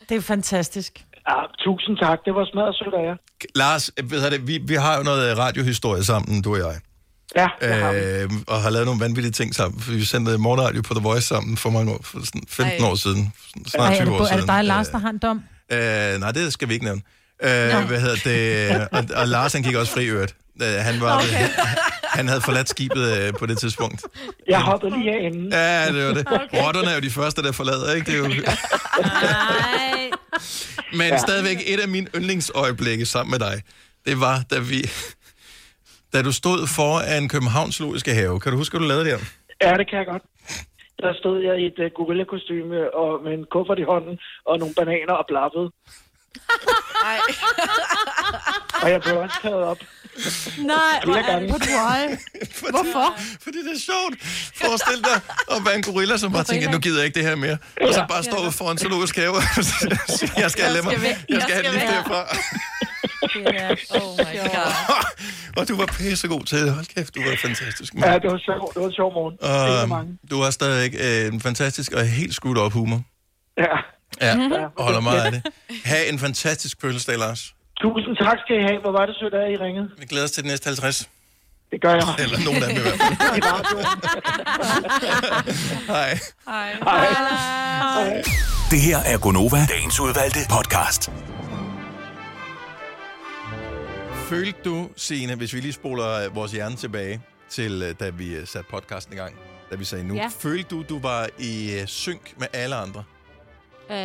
Det er fantastisk. Ja, tusind tak. Det var smadret sødt af jer. Lars, ved jeg det, vi, vi har jo noget radiohistorie sammen, du og jeg. Ja, øh, og har lavet nogle vanvittige ting sammen. for Vi sendte morgenradio på The Voice sammen for mange år, for sådan 15 Ej. år siden. Sådan Ej, Snart er, 20 år det, er det siden. dig, Lars, der har en dom? Øh, nej, det skal vi ikke nævne. Øh, hvad hedder det? Og, og Lars, han gik også fri i øvrigt. Øh, han, var, okay. han havde forladt skibet øh, på det tidspunkt. Jeg hoppede lige af inden. Ja, det var det. Okay. Rotterne er jo de første, der forlader, ikke? Det er jo... Men Ja. ja. stadigvæk et af mine yndlingsøjeblikke sammen med dig, det var, da vi... Da du stod foran Københavns Logiske Have. Kan du huske, hvad du lavede der? Ja, det kan jeg godt. Der stod jeg i et uh, gorilla-kostyme og med en kuffert i hånden og nogle bananer og blaffede. Nej. Og jeg blev også taget op. Nej, Flere gange. Hvorfor? Fordi det er sjovt. Forestil dig at være en gorilla, som bare tænker, nu gider jeg ikke det her mere. Og så bare står ude foran zoologisk have. jeg skal have lemmer. Jeg skal have den lige derfra. Oh my god. Og du var pissegod til det. Hold kæft, du var fantastisk. Ja, mand. det var sjovt. Det var en sjov morgen. Det er så mange. Og øhm, du har stadigvæk øh, en fantastisk og helt skudt op humor. Ja. Ja, Ja. og holder meget af det. Ha' en fantastisk fødselsdag, Lars. Tusind tak skal I have. Hvor var det sødt, at I ringede. Vi glæder os til den næste 50. Det gør jeg. Eller nogen af dem i hvert fald. I radioen. Hej. Hej. Hej. Det her er Gonova, dagens udvalgte podcast. Følte du, Signe, hvis vi lige spoler øh, vores hjerne tilbage til, øh, da vi øh, satte podcasten i gang, da vi sagde nu, Ja. ja. følte du, du var i øh, synk med alle andre? Øh,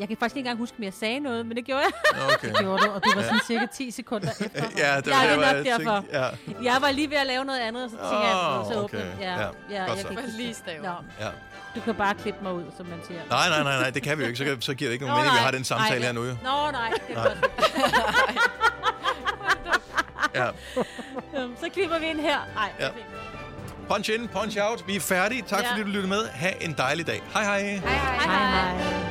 jeg kan faktisk ikke engang huske, om jeg sagde noget, men det gjorde jeg. Okay. Det gjorde du, og du var sådan Ja. cirka 10 sekunder efter. Ja, det var Ja, det er der, hvor nok jeg derfor. tænkte- ja. Jeg var lige ved at lave noget andet, og så tænkte jeg, Åh, at så åbne. okay. Ja, Ja, ja, godt jeg så. kan ikke lige stave. Ja. Du kan bare klippe mig ud, som man siger. Nej, nej, nej, nej, det kan vi jo ikke. Så, kan- så giver det ikke nogen Nå, mening, vi nej. har den samtale Nej, her nu. Jo. Nå, nej. det er Nej. godt. Ja. Øhm, så klipper vi ind her. Nej. Ja. Punch in, punch out. Vi er færdige. Tak Ja. fordi du lyttede med. Ha' en dejlig dag. Hej hej. Hej, hej.